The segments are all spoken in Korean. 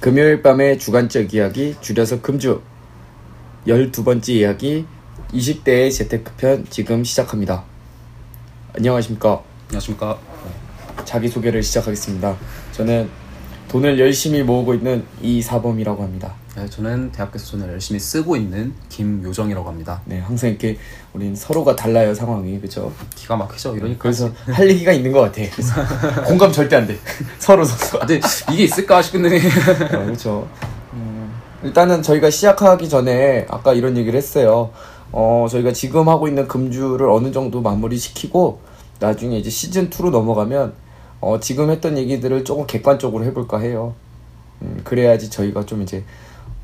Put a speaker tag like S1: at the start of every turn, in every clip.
S1: 금요일 밤의 주관적 이야기 줄여서 금주 12번째 이야기 20대의 재테크편 지금 시작합니다. 안녕하십니까.
S2: 안녕하십니까.
S1: 자기소개를 시작하겠습니다. 저는 돈을 열심히 모으고 있는 이사범이라고 합니다.
S2: 네, 저는 대학교에서 돈을 열심히 쓰고 있는 김요정이라고 합니다.
S1: 네, 항상 이렇게 우린 서로가 달라요, 상황이. 그죠?
S2: 기가 막히죠? 이러니까.
S1: 네, 그래서 할 얘기가 있는 것 같아. 그래서 공감 절대 안 돼. 서로 서로.
S2: 아, 근데 이게 있을까 싶은데.
S1: 어, 그렇죠. 일단은 저희가 시작하기 전에 아까 이런 얘기를 했어요. 어, 저희가 지금 하고 있는 금주를 어느 정도 마무리시키고 나중에 이제 시즌 2로 넘어가면 어, 지금 했던 얘기들을 조금 객관적으로 해볼까 해요. 음, 그래야지 저희가 좀 이제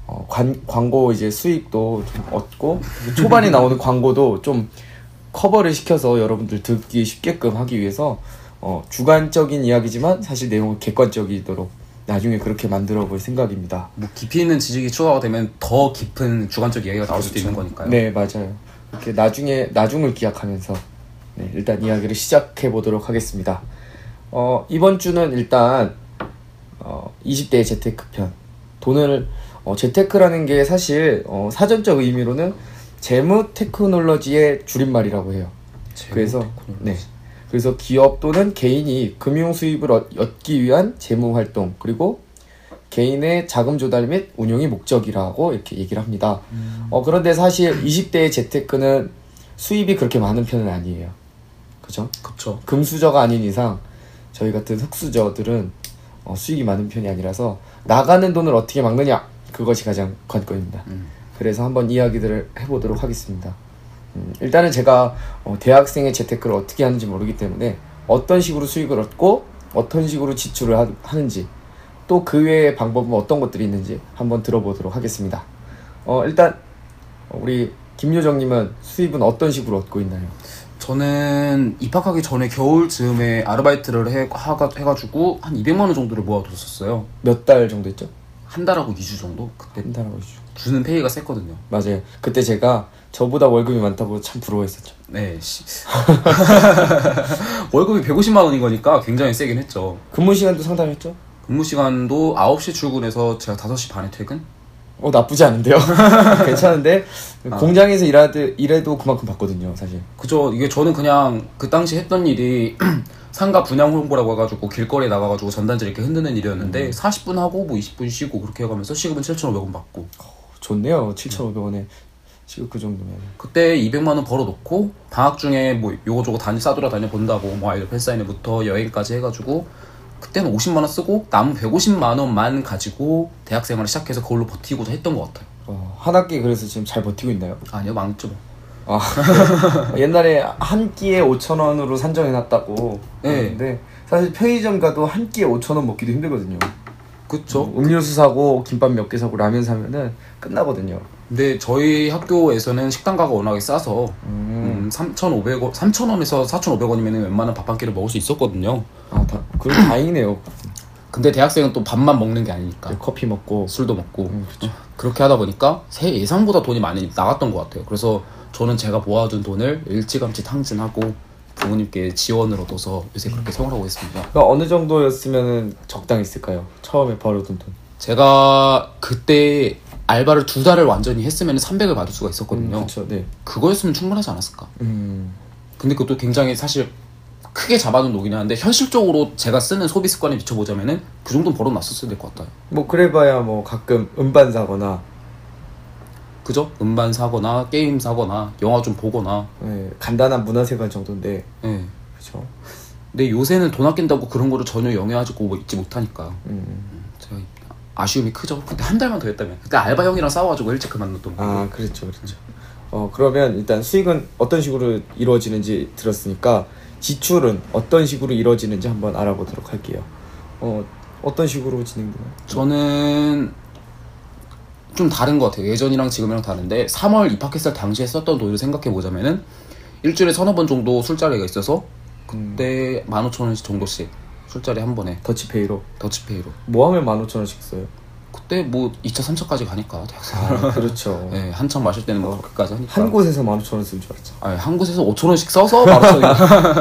S1: 어, 관, 광고 이제 수익도 좀 얻고 초반에 나오는 광고도 좀 커버를 시켜서 여러분들 듣기 쉽게끔 하기 위해서 어, 주관적인 이야기지만 사실 내용은 객관적이도록 나중에 그렇게 만들어 볼 생각입니다.
S2: 뭐 깊이 있는 지식이 추가가 되면 더 깊은 주관적 이야기가 나올 수도 있는 거니까요.
S1: 네, 맞아요. 이렇게 나중에 나중을 기약하면서 네, 일단 이야기를 시작해 보도록 하겠습니다. 어, 이번 주는 일단 어, 20대의 재테크 편. 돈을 어, 재테크라는 게 사실 어, 사전적 의미로는 재무 테크놀로지의 줄임말이라고 해요.
S2: 재무
S1: 그래서
S2: 테크놀로지.
S1: 네. 그래서 기업 또는 개인이 금융 수입을 얻- 얻기 위한 재무 활동 그리고 개인의 자금 조달 및 운용이 목적이라고 이렇게 얘기를 합니다. 어, 그런데 사실 20대의 재테크는 수입이 그렇게 많은 편은 아니에요. 그죠?
S2: 그쵸.
S1: 금수저가 아닌 이상 저희 같은 흑수저들은 어, 수익이 많은 편이 아니라서 나가는 돈을 어떻게 막느냐 그것이 가장 관건입니다.
S2: 음.
S1: 그래서 한번 이야기들을 해보도록 하겠습니다. 음, 일단은 제가 어, 대학생의 재테크를 어떻게 하는지 모르기 때문에 어떤 식으로 수익을 얻고 어떤 식으로 지출을 하, 하는지 또 그 외의 방법은 어떤 것들이 있는지 한번 들어보도록 하겠습니다. 어, 일단 우리 김요정님은 수입은 어떤 식으로 얻고 있나요?
S2: 저는 입학하기 전에 겨울 즈음에 아르바이트를 해, 하가, 해가지고 한 200만원 정도를 모아뒀었어요.
S1: 몇 달 정도 했죠?
S2: 한 달하고 2주 정도? 그때
S1: 한 달하고 있죠.
S2: 주는 페이가 셌거든요.
S1: 맞아요. 그때 제가 저보다 월급이 많다고 참 부러워했었죠.
S2: 네. 씨. 월급이 150만원인 거니까 굉장히 세긴 했죠.
S1: 근무 시간도 상당했죠?
S2: 근무 시간도 9시 출근해서 제가 5시 반에 퇴근?
S1: 어 나쁘지 않은데요. 어. 괜찮은데 공장에서 일하드, 일해도 그만큼 받거든요, 사실.
S2: 그죠. 이게 저는 그냥 그 당시 했던 일이 상가 분양 홍보라고 해가지고 길거리에 나가가지고 전단지 이렇게 흔드는 일이었는데 40분 하고 뭐 20분 쉬고 그렇게 해가면서 시급은 7,500원 받고
S1: 어, 좋네요. 7,500원에 지금 그 정도면.
S2: 그때 200만 원 벌어놓고 방학 중에 뭐 요거저거 다니 싸돌아 다녀 본다고 뭐 아이들 팬사인회부터 여행까지 해가지고 그때는 50만 원 쓰고 남은 150만 원만 가지고 대학생활을 시작해서 그걸로 버티고자 했던 것 같아요.
S1: 어, 한 학기 그래서 지금 잘 버티고 있나요?
S2: 아니요 망죠. 뭐.
S1: 아, 옛날에 한 끼에 5,000원으로 산정해놨다고
S2: 네.
S1: 했는데 사실 편의점 가도 한 끼에 5,000원 먹기도 힘들거든요. 어?
S2: 그쵸.
S1: 음료수 사고 김밥 몇 개 사고 라면 사면은 끝나거든요.
S2: 근데 저희 학교에서는 식당가가 워낙에 싸서 음, 3,500원, 3,000원에서 4,500원이면 웬만한 밥 한 끼를 먹을 수 있었거든요.
S1: 아, 다, 그럼 다행이네요.
S2: 근데 대학생은 또 밥만 먹는 게 아니니까
S1: 커피 먹고
S2: 술도 먹고
S1: 그러니까. 음, 그쵸.
S2: 그렇게 하다 보니까 새 예상보다 돈이 많이 나갔던 것 같아요. 그래서 저는 제가 모아둔 돈을 일찌감치 탕진하고 부모님께 지원을 얻어서 요새 그렇게 생활하고 있습니다.
S1: 그러니까 어느 정도였으면 적당했을까요? 처음에 벌어둔 돈.
S2: 제가 그때 알바를 두 달을 완전히 했으면 300을 받을 수가 있었거든요.
S1: 그렇죠. 네.
S2: 그거였으면 충분하지 않았을까?
S1: 음.
S2: 근데 그것도 굉장히 사실 크게 잡아둔 녹이긴 하는데 현실적으로 제가 쓰는 소비 습관에 비춰보자면은 그 정도는 벌어놨었어야 될 것 같아요.
S1: 뭐 그래봐야 뭐 가끔 음반 사거나
S2: 그죠? 음반 사거나 게임 사거나 영화 좀 보거나.
S1: 예, 간단한 문화생활 정도인데
S2: 예.
S1: 그렇죠.
S2: 근데 요새는 돈 아낀다고 그런 거를 전혀 영향하지고 뭐 있지 못하니까
S1: 음.
S2: 제가 아쉬움이 크죠. 근데 한 달만 더 했다면 그때 알바 형이랑 싸워가지고 일찍 그만뒀던 거.
S1: 아 그렇죠, 그렇죠. 어 그러면 일단 수익은 어떤 식으로 이루어지는지 들었으니까 지출은 어떤 식으로 이루어지는지 한번 알아보도록 할게요. 어 어떤 식으로 진행되나요?
S2: 저는 좀 다른 것 같아요. 예전이랑 지금이랑 다른데 3월 입학했을 당시에 썼던 돈을 생각해 보자면은 일주일에 서너 번 정도 술자리가 있어서 그때 15,000원씩 정도씩 술자리 한 번에
S1: 더치페이로
S2: 더치페이로
S1: 뭐 하면 15,000원씩 써요?
S2: 그때 뭐 2차 3차까지 가니까 대학생
S1: 아 그렇죠.
S2: 네, 한참 마실 때는 뭐 그렇게까지 하니까
S1: 한 곳에서 15,000원 쓸 줄 알았죠.
S2: 아니, 예, 한 곳에서 5,000원씩 써서 바로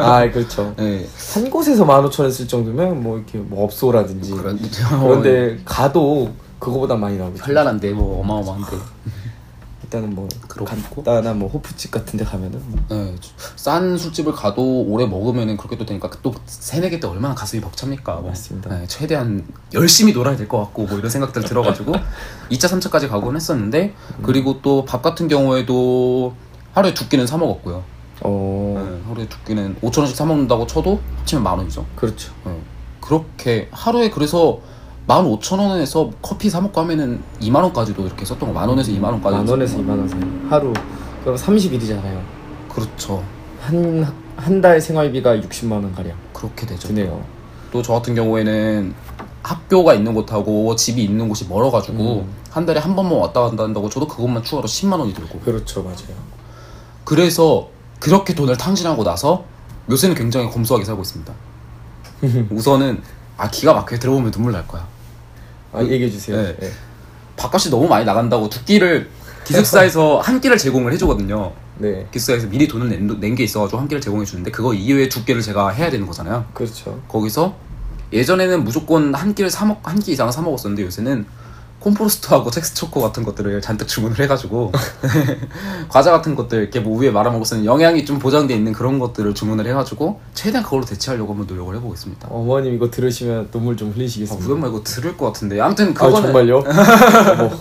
S1: 아 그렇죠.
S2: 네.
S1: 한 곳에서 15,000원 쓸 정도면 뭐 이렇게 뭐 업소라든지
S2: 그런
S1: 그런데 가도 그거보다 많이 나오겠죠.
S2: 어, 예. 현란한데 뭐 어마어마한데.
S1: 일단은 뭐
S2: 그렇고.
S1: 간단한 뭐 호프집 같은 데 가면은 뭐
S2: 네, 싼 술집을 가도 오래 먹으면은 그렇게 또 되니까 또 세네 개 때 얼마나 가슴이 벅찹니까. 뭐.
S1: 맞습니다.
S2: 네, 최대한 열심히 놀아야 될 것 같고 뭐 이런 생각들 들어가지고 2차, 3차까지 가곤 했었는데 그리고 또 밥 같은 경우에도 하루에 두 끼는 사 먹었고요.
S1: 어
S2: 네, 하루에 두 끼는 5천 원씩 사 먹는다고 쳐도 합치면 만 원이죠.
S1: 그렇죠.
S2: 네, 그렇게 하루에 그래서 15,000원에서 커피 사 먹고 하면은 2만 원까지도 이렇게 썼던 거. 만 원에서 음. 2만 원까지.
S1: 만 원에서
S2: 썼던
S1: 2만 원 사이 하루 그럼 30일이잖아요.
S2: 거. 그렇죠.
S1: 한 한 달 생활비가 60만 원 가량
S2: 그렇게 되죠.
S1: 드네요.
S2: 또 저 같은 경우에는 학교가 있는 곳하고 집이 있는 곳이 멀어가지고
S1: 음.
S2: 한 달에 한 번만 왔다 갔다 한다고 저도 그것만 추가로 10만 원이 들고
S1: 그렇죠, 맞아요.
S2: 그래서 그렇게 돈을 탕진하고 나서 요새는 굉장히 검소하게 살고 있습니다 우선은 아 기가 막혀 들어보면 눈물 날 거야
S1: 아 얘기해 주세요.
S2: 네.
S1: 네.
S2: 밥값이 너무 많이 나간다고 두 끼를 기숙사에서 한 끼를 제공을 해주거든요
S1: 네,
S2: 기숙사에서 미리 돈을 낸 게 있어가지고 한 끼를 제공해 주는데 그거 이외에 두 끼를 제가 해야 되는 거잖아요
S1: 그렇죠.
S2: 거기서 예전에는 무조건 한 끼를 사 먹, 한 끼 이상 사 먹었었는데 요새는 콤포로스트하고 텍스초코 같은 것들을 잔뜩 주문을 해가지고 과자 같은 것들 이렇게 뭐 위에 말아 먹을 수 있는 영양이 좀 보장돼 있는 그런 것들을 주문을 해가지고 최대한 그걸로 대체하려고 한번 노력을 해보겠습니다.
S1: 어머님 이거 들으시면 눈물 좀
S2: 아,
S1: 흘리시겠습니다.
S2: 구현마 이거 들을 것 같은데 아무튼
S1: 아,
S2: 그거는
S1: 정말요? 뭐. 어머.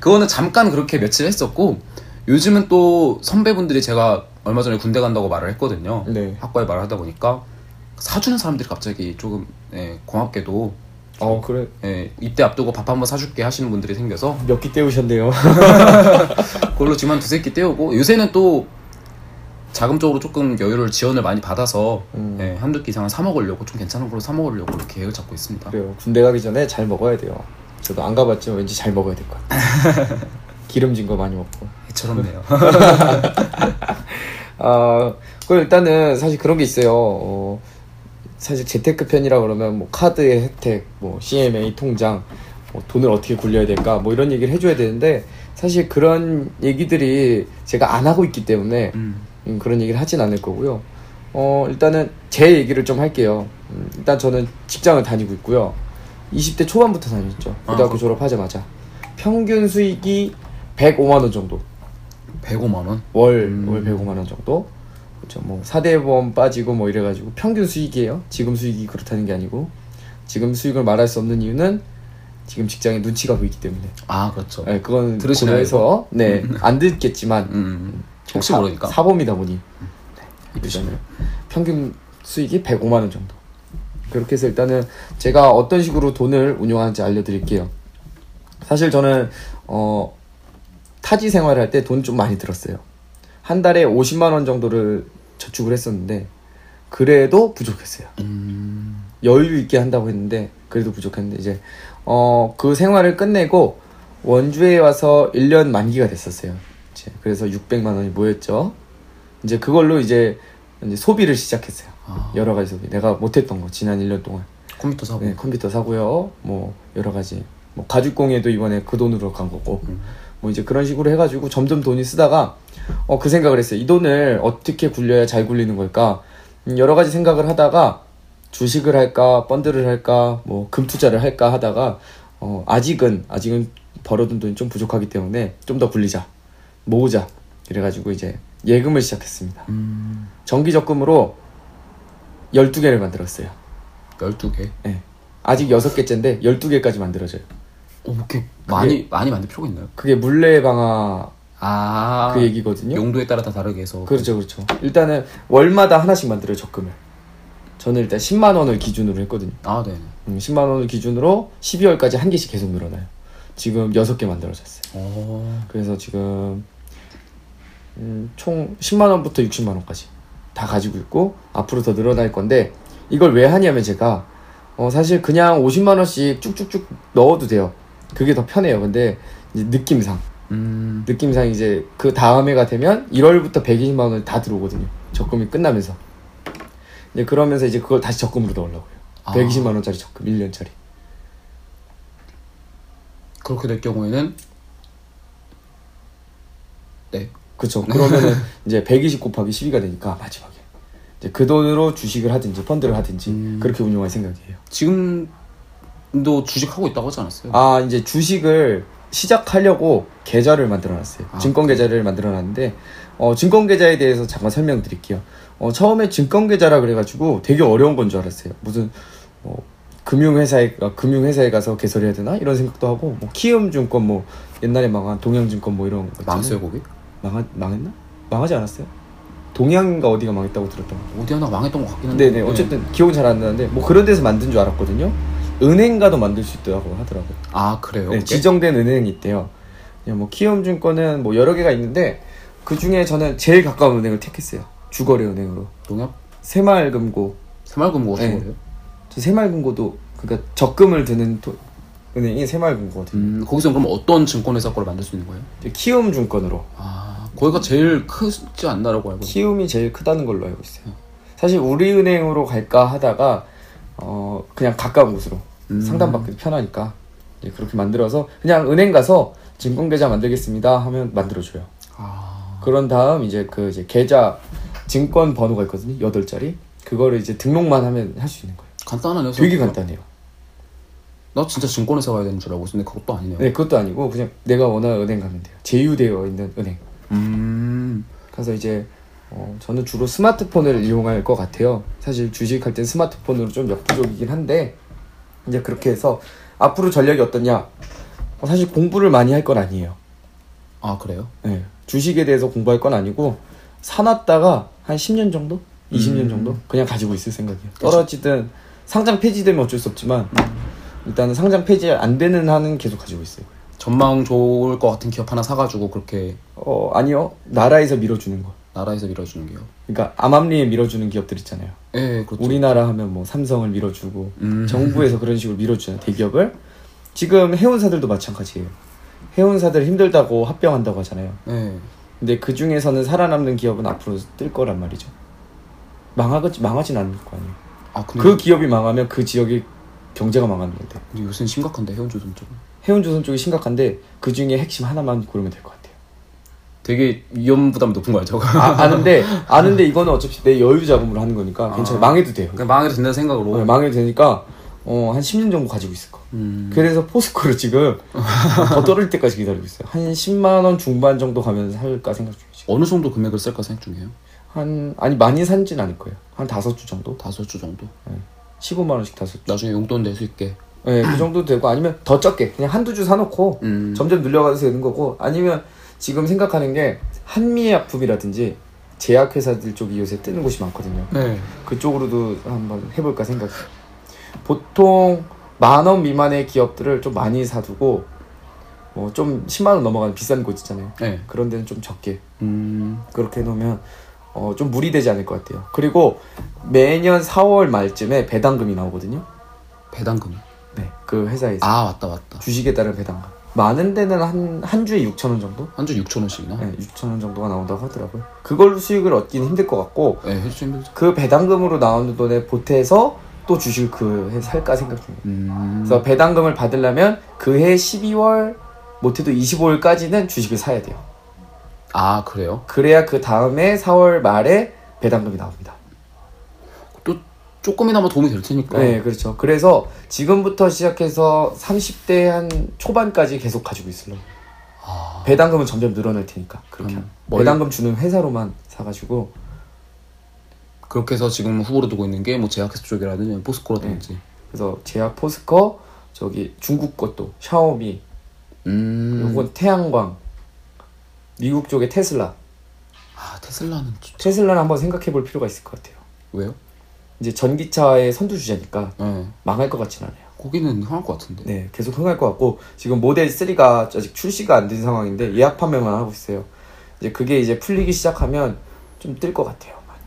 S2: 그거는 잠깐 그렇게 며칠 했었고 요즘은 또 선배분들이 제가 얼마 전에 군대 간다고 말을 했거든요.
S1: 네.
S2: 학과에 말을 하다 보니까 사주는 사람들이 갑자기 조금 예, 고맙게도
S1: 어 그래
S2: 예, 입대 앞두고 밥 한번 사줄게 하시는 분들이 생겨서
S1: 몇 끼 때우셨네요.
S2: 그걸로 집안 두세 끼 때우고 요새는 또 자금적으로 조금 여유를 지원을 많이 받아서
S1: 음.
S2: 예, 한두 끼 이상은 사 먹으려고 좀 괜찮은 걸로 사 먹으려고 이렇게 계획을 잡고 있습니다.
S1: 아. 그래요. 군대 가기 전에 잘 먹어야 돼요. 저도 안 가봤지만 왠지 잘 먹어야 될 것 같아요. 기름진 거 많이 먹고.
S2: 애처럼네요.
S1: 아, 그 일단은 사실 그런 게 있어요. 어, 사실 재테크 편이라 그러면 뭐 카드의 혜택, 뭐 CMA 통장, 뭐 돈을 어떻게 굴려야 될까, 뭐 이런 얘기를 해줘야 되는데 사실 그런 얘기들이 제가 안 하고 있기 때문에
S2: 음.
S1: 음, 그런 얘기를 하진 않을 거고요. 어, 일단은 제 얘기를 좀 할게요. 음, 일단 저는 직장을 다니고 있고요. 20대 초반부터 다녔죠.
S2: 아,
S1: 고등학교
S2: 그렇구나.
S1: 졸업하자마자. 평균 수익이 105만원 정도.
S2: 105만 원.
S1: 월,
S2: 음.
S1: 월 105만원 정도. 그렇죠. 뭐, 4대 보험 빠지고 뭐 이래가지고 평균 수익이에요. 지금 수익이 그렇다는 게 아니고. 지금 수익을 말할 수 없는 이유는 지금 직장에 눈치가 보이기 때문에.
S2: 아 그렇죠.
S1: 네, 그건
S2: 들으시나요,
S1: 고려해서, 네, 안 듣겠지만.
S2: 음, 혹시
S1: 사-
S2: 모르니까.
S1: 사범이다 보니.
S2: 이쁘시네요.
S1: 그러잖아요. 평균 수익이 105만 원 정도. 그렇게 해서 일단은 제가 어떤 식으로 돈을 운용하는지 알려드릴게요. 사실 저는 어, 타지 생활을 할 때 돈 좀 많이 들었어요. 한 달에 50만 원 정도를 저축을 했었는데 그래도 부족했어요.
S2: 음,
S1: 여유 있게 한다고 했는데 그래도 부족했는데 이제 어, 그 생활을 끝내고 원주에 와서 1년 만기가 됐었어요. 이제 그래서 600만 원이 모였죠. 이제 그걸로 이제, 이제 소비를 시작했어요.
S2: 아,
S1: 여러 가지 소비. 내가 못했던 거 지난 1년 동안.
S2: 컴퓨터 사고.
S1: 네, 컴퓨터 사고요. 뭐 여러 가지. 뭐 가죽공예도 이번에 그 돈으로 간 거고.
S2: 음.
S1: 뭐 이제 그런 식으로 해가지고 점점 돈이 쓰다가 어, 그 생각을 했어요. 이 돈을 어떻게 굴려야 잘 굴리는 걸까? 음, 여러 가지 생각을 하다가 주식을 할까, 펀드를 할까, 뭐 금 투자를 할까 하다가 어, 아직은 아직은 벌어둔 돈이 좀 부족하기 때문에 좀 더 굴리자, 모으자. 그래가지고 이제 예금을 시작했습니다.
S2: 음,
S1: 정기 적금으로 12개를 만들었어요.
S2: 12개.
S1: 예. 아직 6개째인데 12개까지 만들어져요.
S2: 오, 뭐 이렇게 많이 많이 만들 필요가 있나요?
S1: 그게 물레 방아
S2: 아,
S1: 그 얘기거든요.
S2: 용도에 따라 다 다르게 해서.
S1: 그렇죠, 그렇죠. 일단은 월마다 하나씩 만들어요, 적금을. 저는 일단 10만 원을 기준으로 했거든요.
S2: 아, 네.
S1: 음, 10만 원을 기준으로 12월까지 한 개씩 계속 늘어나요. 지금 6개 만들어졌어요.
S2: 어,
S1: 그래서 지금 음, 총 10만 원부터 60만 원까지 다 가지고 있고 앞으로 더 늘어날 건데 이걸 왜 하냐면 제가 어, 사실 그냥 50만 원씩 쭉쭉쭉 넣어도 돼요. 그게 더 편해요. 근데 이제 느낌상
S2: 음,
S1: 느낌상 이제 그 다음 해가 되면 1월부터 120만 원이 다 들어오거든요. 적금이 끝나면서. 이제 그러면서 이제 그걸 다시 적금으로 넣으려고요.
S2: 아.
S1: 120만 원짜리 적금 1년짜리.
S2: 그렇게 될 경우에는 네.
S1: 그렇죠. 그러면은 이제 120 곱하기 12가 되니까 마지막에 이제 그 돈으로 주식을 하든지 펀드를 하든지
S2: 음.
S1: 그렇게 운용할 생각이에요.
S2: 지금 도 주식하고 있다고 하지 않았어요?
S1: 아 이제 주식을 시작하려고 계좌를 만들어놨어요.
S2: 아,
S1: 증권 계좌를 만들어놨는데 어, 증권 계좌에 대해서 잠깐 설명드릴게요. 어, 처음에 증권 계좌라 그래가지고 되게 어려운 건 줄 알았어요. 무슨 뭐 금융회사에 아, 금융회사에 가서 개설해야 되나 이런 생각도 하고 뭐 키움증권 뭐 옛날에 망한 동양증권 뭐 이런 거 있잖아요.
S2: 망했어요 그 거기?
S1: 망하, 망했나? 망하지 않았어요? 동양인가 어디가 망했다고 들었던 거.
S2: 어디 하나 망했던 것 같긴 한데.
S1: 네네 어쨌든 기억은 잘 안 나는데 뭐 그런 데서 만든 줄 알았거든요. 은행가도 만들 수 있다고 하더라고요.
S2: 아 그래요?
S1: 네,
S2: 그게?
S1: 지정된 은행이 있대요. 그냥 뭐 키움증권은 뭐 여러 개가 있는데 그 중에 저는 제일 가까운 은행을 택했어요. 주거래 은행으로
S2: 농협?
S1: 새마을금고.
S2: 새마을금고 같은
S1: 네.
S2: 거예요?
S1: 저 새마을금고도 그러니까 적금을 드는 도- 은행이 새마을금고거든요.
S2: 음 거기서 그럼 어떤 증권회사 거를 만들 수 있는 거예요?
S1: 키움증권으로
S2: 아 거기가 제일 크지 않나라고 알고
S1: 키움이 제일 크다는 걸로 알고 있어요. 사실 우리은행으로 갈까 하다가 어 그냥 가까운 곳으로
S2: 음.
S1: 상담받기도 편하니까 예, 그렇게 만들어서 그냥 은행 가서 증권계좌 만들겠습니다 하면 만들어줘요.
S2: 아
S1: 그런 다음 이제 그 이제 계좌 증권 번호가 있거든요. 여덟 자리. 그거를 이제 등록만 하면 할 수 있는 거예요.
S2: 간단하네요.
S1: 되게
S2: 생각보다.
S1: 간단해요.
S2: 나 진짜 증권회사 가야 되는 줄 알고 있었는데 그것도 아니네요.
S1: 네, 그것도 아니고 그냥 내가 원하는 은행 가면 돼요. 제휴되어 있는 은행.
S2: 음
S1: 그래서 이제 어, 저는 주로 스마트폰을 이용할 것 같아요. 사실 주식할 땐 스마트폰으로 좀 역부족이긴 한데 이제 그렇게 해서 앞으로 전략이 어떠냐? 어, 사실 공부를 많이 할 건 아니에요.
S2: 아 그래요?
S1: 네, 주식에 대해서 공부할 건 아니고 사놨다가 한 10년 정도? 20년
S2: 음.
S1: 정도? 그냥 가지고 있을 생각이에요. 떨어지든 상장 폐지되면 어쩔 수 없지만
S2: 음.
S1: 일단은 상장 폐지 안 되는 한은 계속 가지고 있어요.
S2: 전망 좋을 것 같은 기업 하나 사가지고 그렇게
S1: 어, 아니요. 나라에서 밀어주는 거.
S2: 나라에서 밀어주는 게요.
S1: 그러니까 암암리에 밀어주는 기업들 있잖아요.
S2: 예 네, 그렇죠.
S1: 우리나라 하면 뭐 삼성을 밀어주고
S2: 음.
S1: 정부에서 그런 식으로 밀어주는 대기업을 지금 해운사들도 마찬가지예요.
S2: 음.
S1: 해운사들 힘들다고 합병한다고 하잖아요.
S2: 네.
S1: 근데 그 중에서는 살아남는 기업은 앞으로 뜰 거란 말이죠. 망하겠지 망하진 않을 거 아니에요.
S2: 아 근데
S1: 그 기업이 망하면 그 지역의 경제가 망하는 건데
S2: 근데 요새는 심각한데 해운조선 쪽은
S1: 해운조선 쪽이 심각한데 그 중에 핵심 하나만 고르면 될 것 같아요.
S2: 되게 위험 부담이 높은 거 알죠?
S1: 아, 아는데 아는데 이거는 어차피 내 여유 자금으로 하는 거니까 괜찮아요.
S2: 아. 뭐.
S1: 망해도 돼요.
S2: 그냥 망해도 된다는 생각으로.
S1: 네, 망해도 되니까 어, 한 10년 정도 가지고 있을 거.
S2: 음.
S1: 그래서 포스코를 지금 더 떨어질 때까지 기다리고 있어요. 한 10만 원 중반 정도 가면 살까 생각 중이죠.
S2: 어느 정도 금액을 쓸까 생각 중이에요.
S1: 한 아니 많이 산진 않을 거예요. 한 다섯 주 정도,
S2: 다섯 주 정도.
S1: 15만 원씩 다섯 주.
S2: 나중에 용돈 낼 수 있게.
S1: 네, 그 정도 되고 아니면 더 적게 그냥 한두 주 사놓고
S2: 음.
S1: 점점 늘려가서 되는 거고 아니면 지금 생각하는 게 한미약품이라든지 제약회사들 쪽이 요새 뜨는 곳이 많거든요.
S2: 네.
S1: 그쪽으로도 한번 해볼까 생각. 보통 만 원 미만의 기업들을 좀 많이 사두고 뭐 좀 10만 원 넘어가는 비싼 곳 있잖아요.
S2: 네.
S1: 그런 데는 좀 적게
S2: 음.
S1: 그렇게 해놓으면 어, 좀 무리되지 않을 것 같아요. 그리고 매년 4월 말쯤에 배당금이 나오거든요.
S2: 배당금.
S1: 네, 그 회사에서
S2: 아 맞다 맞다.
S1: 주식에 따른 배당금. 많은 데는 한, 한 주에 6천 원 정도?
S2: 한 주 6천 원씩이나.
S1: 네, 6천 원 정도가 나온다고 하더라고요. 그걸로 수익을 얻기는 힘들 것 같고
S2: 네, 해주 힘들죠.
S1: 그 배당금으로 나오는 돈에 보태서 또 주식을 그해 살까 생각 중이에요.
S2: 음.
S1: 그래서 배당금을 받으려면 그해 12월 못해도 25일까지는 주식을 사야 돼요.
S2: 아 그래요?
S1: 그래야 그 다음에 4월 말에 배당금이 나옵니다.
S2: 또 조금이나마 도움이 될 테니까.
S1: 네, 그렇죠. 그래서 지금부터 시작해서 30대 한 초반까지 계속 가지고 있으려고.
S2: 아,
S1: 배당금은 점점 늘어날 테니까 그렇게.
S2: 음,
S1: 하면. 배당금 주는 회사로만 사가지고
S2: 그렇게 해서 지금 후보로 두고 있는 게 뭐 제약회사 쪽이라든지 포스코라든지.
S1: 네. 그래서 제약 포스코 저기 중국 것도 샤오미
S2: 음.
S1: 요건 태양광 미국 쪽의 테슬라
S2: 아 테슬라는 좀-
S1: 테슬라는 한번 생각해 볼 필요가 있을 것 같아요
S2: 왜요?
S1: 이제 전기차의 선두주자니까
S2: 네.
S1: 망할 것 같진 않아요
S2: 거기는 흥할 것 같은데.
S1: 네 계속 흥할 것 같고 지금 모델 3가 아직 출시가 안 된 상황인데 예약 판매만 하고 있어요 이제 그게 이제 풀리기 시작하면 좀 뜰 것 같아요 많이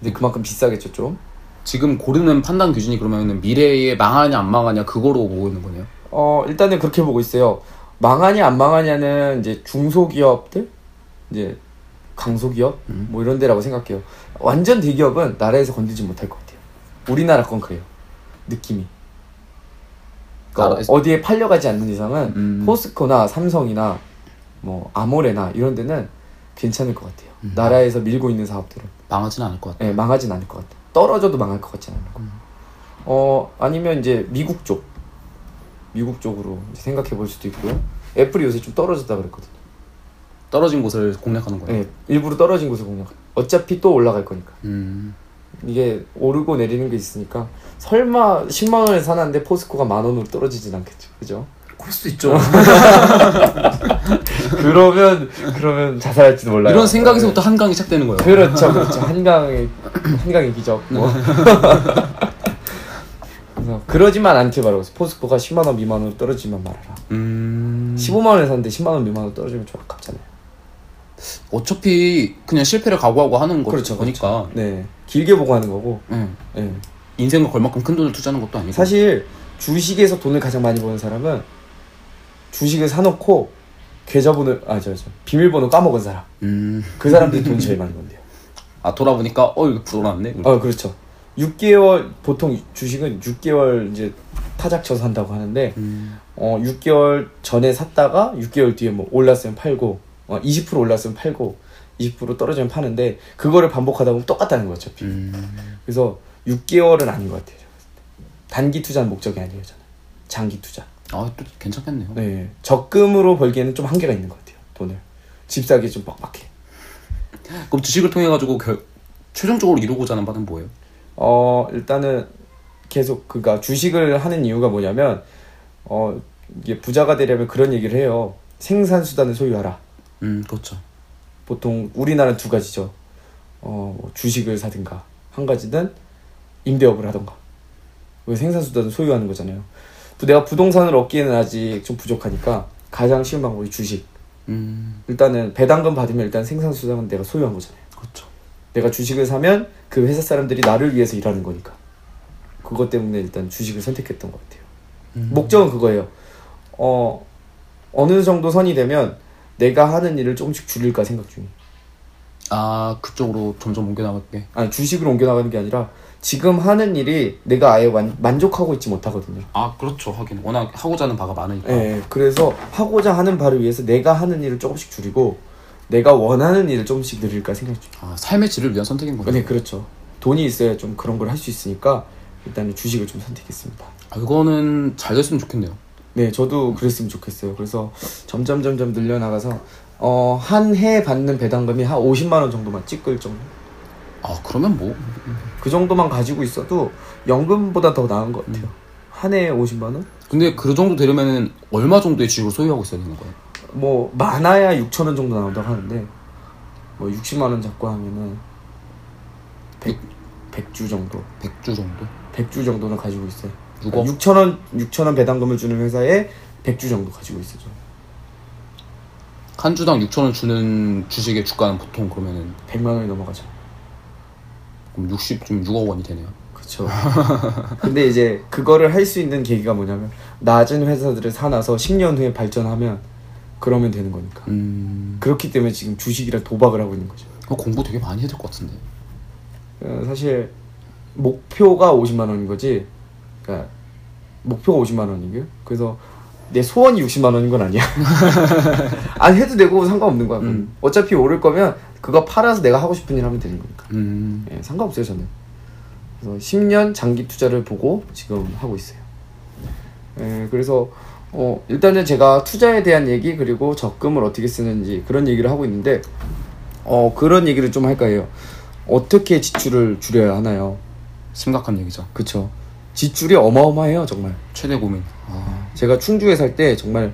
S1: 근데 그만큼 비싸겠죠 좀
S2: 지금 고르는 판단 기준이 그러면은 미래에 망하냐 안 망하냐 그거로 보고 있는 거네요.
S1: 어, 일단은 그렇게 보고 있어요. 망하냐 안 망하냐는 이제 중소기업들, 이제 강소기업
S2: 음.
S1: 뭐 이런 데라고 생각해요. 완전 대기업은 나라에서 건들지 못할 것 같아요. 우리나라 건 그래요. 느낌이. 그러니까
S2: 나라에서-
S1: 어디에 팔려가지 않는 이상은
S2: 음.
S1: 포스코나 삼성이나 뭐 아모레나 이런 데는 괜찮을 것 같아요.
S2: 음.
S1: 나라에서 밀고 있는 사업들은.
S2: 망하지는 않을 것 같아요.
S1: 예, 망하진 않을 것 같아. 떨어져도 망할 것 같지 않은 거.
S2: 음.
S1: 어, 아니면 이제 미국 쪽. 미국 쪽으로 이제 생각해 볼 수도 있고요. 애플이 요새 좀 떨어졌다 그랬거든.
S2: 떨어진 곳을 공략하는 거예요.
S1: 네, 일부러 떨어진 곳을 공략. 어차피 또 올라갈 거니까.
S2: 음.
S1: 이게 오르고 내리는 게 있으니까 설마 10만 원에 사놨는데 포스코가 만 원으로 떨어지진 않겠죠. 그죠?
S3: 그럴 수도 있죠.
S1: 그러면 그러면 자살할지도 몰라요.
S2: 이런 생각에서부터 한강이 시작되는
S1: 네.
S2: 거예요.
S1: 그렇죠. 그렇죠. 한강의 한강의 기적. 뭐. 그래서 그러지만 않길 바라고 있어요. 포스코가 10만 원 미만으로 떨어지면 말아라.
S2: 음.
S1: 15만 원에 샀는데 10만 원 미만으로 떨어지면 좀 아깝잖아요.
S2: 어차피 그냥 실패를 각오하고 하는 거
S1: 그렇죠,
S2: 거니까.
S1: 네. 길게 보고 하는 거고.
S2: 예.
S1: 네.
S2: 인생을 걸 만큼 큰 돈을 투자하는 것도 아니고.
S1: 사실 주식에서 돈을 가장 많이 버는 사람은 주식을 사놓고 계좌번호 아저 저, 비밀번호 까먹은 사람
S2: 음.
S1: 그 사람들이 돈 제일 많이 번대요.
S2: 아 돌아보니까 어 이거 불어났네.
S1: 어 그렇죠. 6개월 보통 주식은 6개월 이제 타작 쳐서 한다고 하는데
S2: 음.
S1: 어 6개월 전에 샀다가 6개월 뒤에 뭐 올랐으면 팔고 어, 20% 올랐으면 팔고 20% 떨어지면 파는데 그거를 반복하다 보면 똑같다는 거죠. 어차피.
S2: 음.
S1: 그래서 6개월은 아닌 것 같아요. 제가 봤을 때. 단기 투자는 목적이 아니에요. 저는 장기 투자.
S2: 아또 괜찮겠네요.
S1: 네, 적금으로 벌기에는 좀 한계가 있는 것 같아요. 돈을 집 사기 좀 빡빡해.
S2: 그럼 주식을 통해 가지고 결... 최종적으로 이루고자 하는 바는 뭐예요?
S1: 어 일단은 계속 그가 주식을 하는 이유가 뭐냐면 어 이게 부자가 되려면 그런 얘기를 해요. 생산 수단을 소유하라.
S2: 음 그렇죠.
S1: 보통 우리나라 두 가지죠. 어뭐 주식을 사든가 한 가지는 임대업을 하든가. 왜 생산 수단을 소유하는 거잖아요. 부- 내가 부동산을 얻기에는 아직 좀 부족하니까 가장 쉬운 방법이 주식.
S2: 음
S1: 일단은 배당금 받으면 일단 생산 수단은 내가 소유한 거잖아요.
S2: 그렇죠.
S1: 내가 주식을 사면 그 회사 사람들이 나를 위해서 일하는 거니까 그것 때문에 일단 주식을 선택했던 것 같아요
S2: 음.
S1: 목적은 그거예요 어 어느 정도 선이 되면 내가 하는 일을 조금씩 줄일까 생각 중이에요
S2: 아 그쪽으로 점점 옮겨 나갈게.
S1: 아니 주식으로 옮겨나가는 게 아니라 지금 하는 일이 내가 아예 완, 만족하고 있지 못하거든요
S2: 아 그렇죠. 하긴 워낙 하고자 하는 바가 많으니까.
S1: 예, 그래서 하고자 하는 바를 위해서 내가 하는 일을 조금씩 줄이고 내가 원하는 일을 조금씩 늘릴까 생각 중이에요
S2: 아 삶의 질을 위한 선택인 거네요.
S1: 네 그렇죠 돈이 있어야 좀 그런 걸 할 수 있으니까 일단은 주식을 좀 선택했습니다
S2: 아, 그거는 잘 됐으면 좋겠네요.
S1: 네, 저도 그랬으면 좋겠어요. 그래서 점점 점점 늘려나가서 어, 한 해 받는 배당금이 한 50만 원 정도만 찍을 정도.
S2: 아 그러면 뭐
S1: 그 정도만 가지고 있어도 연금보다 더 나은 것 같아요. 한 해에 50만 원?
S2: 근데 그 정도 되려면은 얼마 정도의 주식을 소유하고 있어야 되는 거예요?
S1: 뭐 많아야 6천 원 정도 나온다고 하는데 뭐 60만 원 잡고 하면은 100, 100주 정도.
S2: 100주 정도?
S1: 100주 정도는 가지고 있어요.
S2: 육억?
S1: 6천 원 6천 원 배당금을 주는 회사에 100주 정도 가지고 있어요. 저는.
S2: 한 주당 6천원 주는 주식의 주가는 보통 그러면은
S1: 100만 원이 넘어가죠.
S2: 그럼 60, 좀 6억 원이 되네요.
S1: 그렇죠. 근데 이제 그거를 할 수 있는 계기가 뭐냐면 낮은 회사들을 사놔서 10년 후에 발전하면 그러면 되는 거니까.
S2: 음...
S1: 그렇기 때문에 지금 주식이랑 도박을 하고 있는 거죠.
S2: 그거 공부 되게 많이 해야 될 것 같은데.
S1: 어, 사실 목표가 50만 원인 거지. 그러니까 목표가 50만 원이고요. 그래서 내 소원이 60만 원인 건 아니야. 안 해도 되고 상관없는 거야. 그건.
S2: 음.
S1: 어차피 오를 거면 그거 팔아서 내가 하고 싶은 일 하면 되는 거니까.
S2: 음...
S1: 예, 상관없어요 저는. 그래서 10년 장기 투자를 보고 지금 하고 있어요. 예, 그래서 어, 일단은 제가 투자에 대한 얘기 그리고 적금을 어떻게 쓰는지 그런 얘기를 하고 있는데 어, 그런 얘기를 좀 할까 해요. 어떻게 지출을 줄여야 하나요?
S2: 심각한 얘기죠.
S1: 그쵸? 지출이 어마어마해요 정말.
S2: 최대 고민. 아...
S1: 제가 충주에 살 때 정말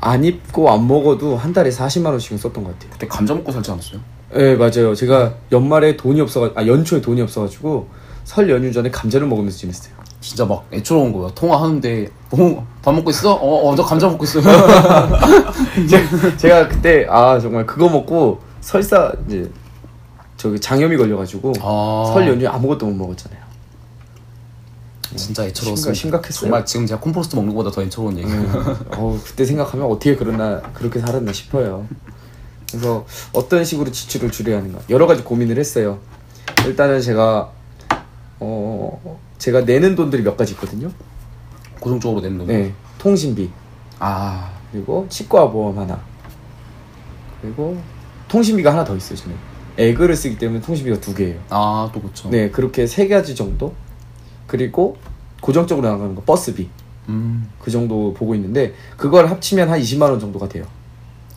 S1: 안 입고 안 먹어도 한 달에 40만 원씩은 썼던 것 같아요.
S2: 그때 감자 먹고 살지 않았어요?
S1: 네 맞아요. 제가 연말에 돈이 없어가 아 연초에 돈이 없어가지고 설 연휴 전에 감자를 먹으면서 지냈어요.
S2: 진짜 막 애처로운 거야. 통화하는데 뭐, 밥 먹고 있어? 어, 어, 저 감자 먹고 있어요.
S1: 제- 제가 그때 아 정말 그거 먹고 설사 이제 저기 장염이 걸려가지고
S2: 아...
S1: 설 연휴 아무것도 못 먹었잖아요.
S2: 진짜 애처로웠어요.
S1: 심각, 심각했어요.
S2: 정말 지금 제가 콤포스트 먹는 것보다 더 애처로운 얘기. 예요
S1: 어 그때 생각하면 어떻게 그러나 그렇게 살았나 싶어요. 그래서 어떤 식으로 지출을 줄여야 하는가 여러 가지 고민을 했어요. 일단은 제가 어 제가 내는 돈들이 몇 가지 있거든요.
S2: 고정적으로 낸 돈.
S1: 네 통신비
S2: 아,
S1: 그리고 치과 보험 하나 그리고 통신비가 하나 더 있어요 저는 에그를 쓰기 때문에 통신비가 두 개예요
S2: 아, 또 그쵸.
S1: 네 그렇게 세 가지 정도 그리고 고정적으로 나가는 거 버스비
S2: 음.
S1: 그 정도 보고 있는데 그걸 합치면 한 20만 원 정도가 돼요.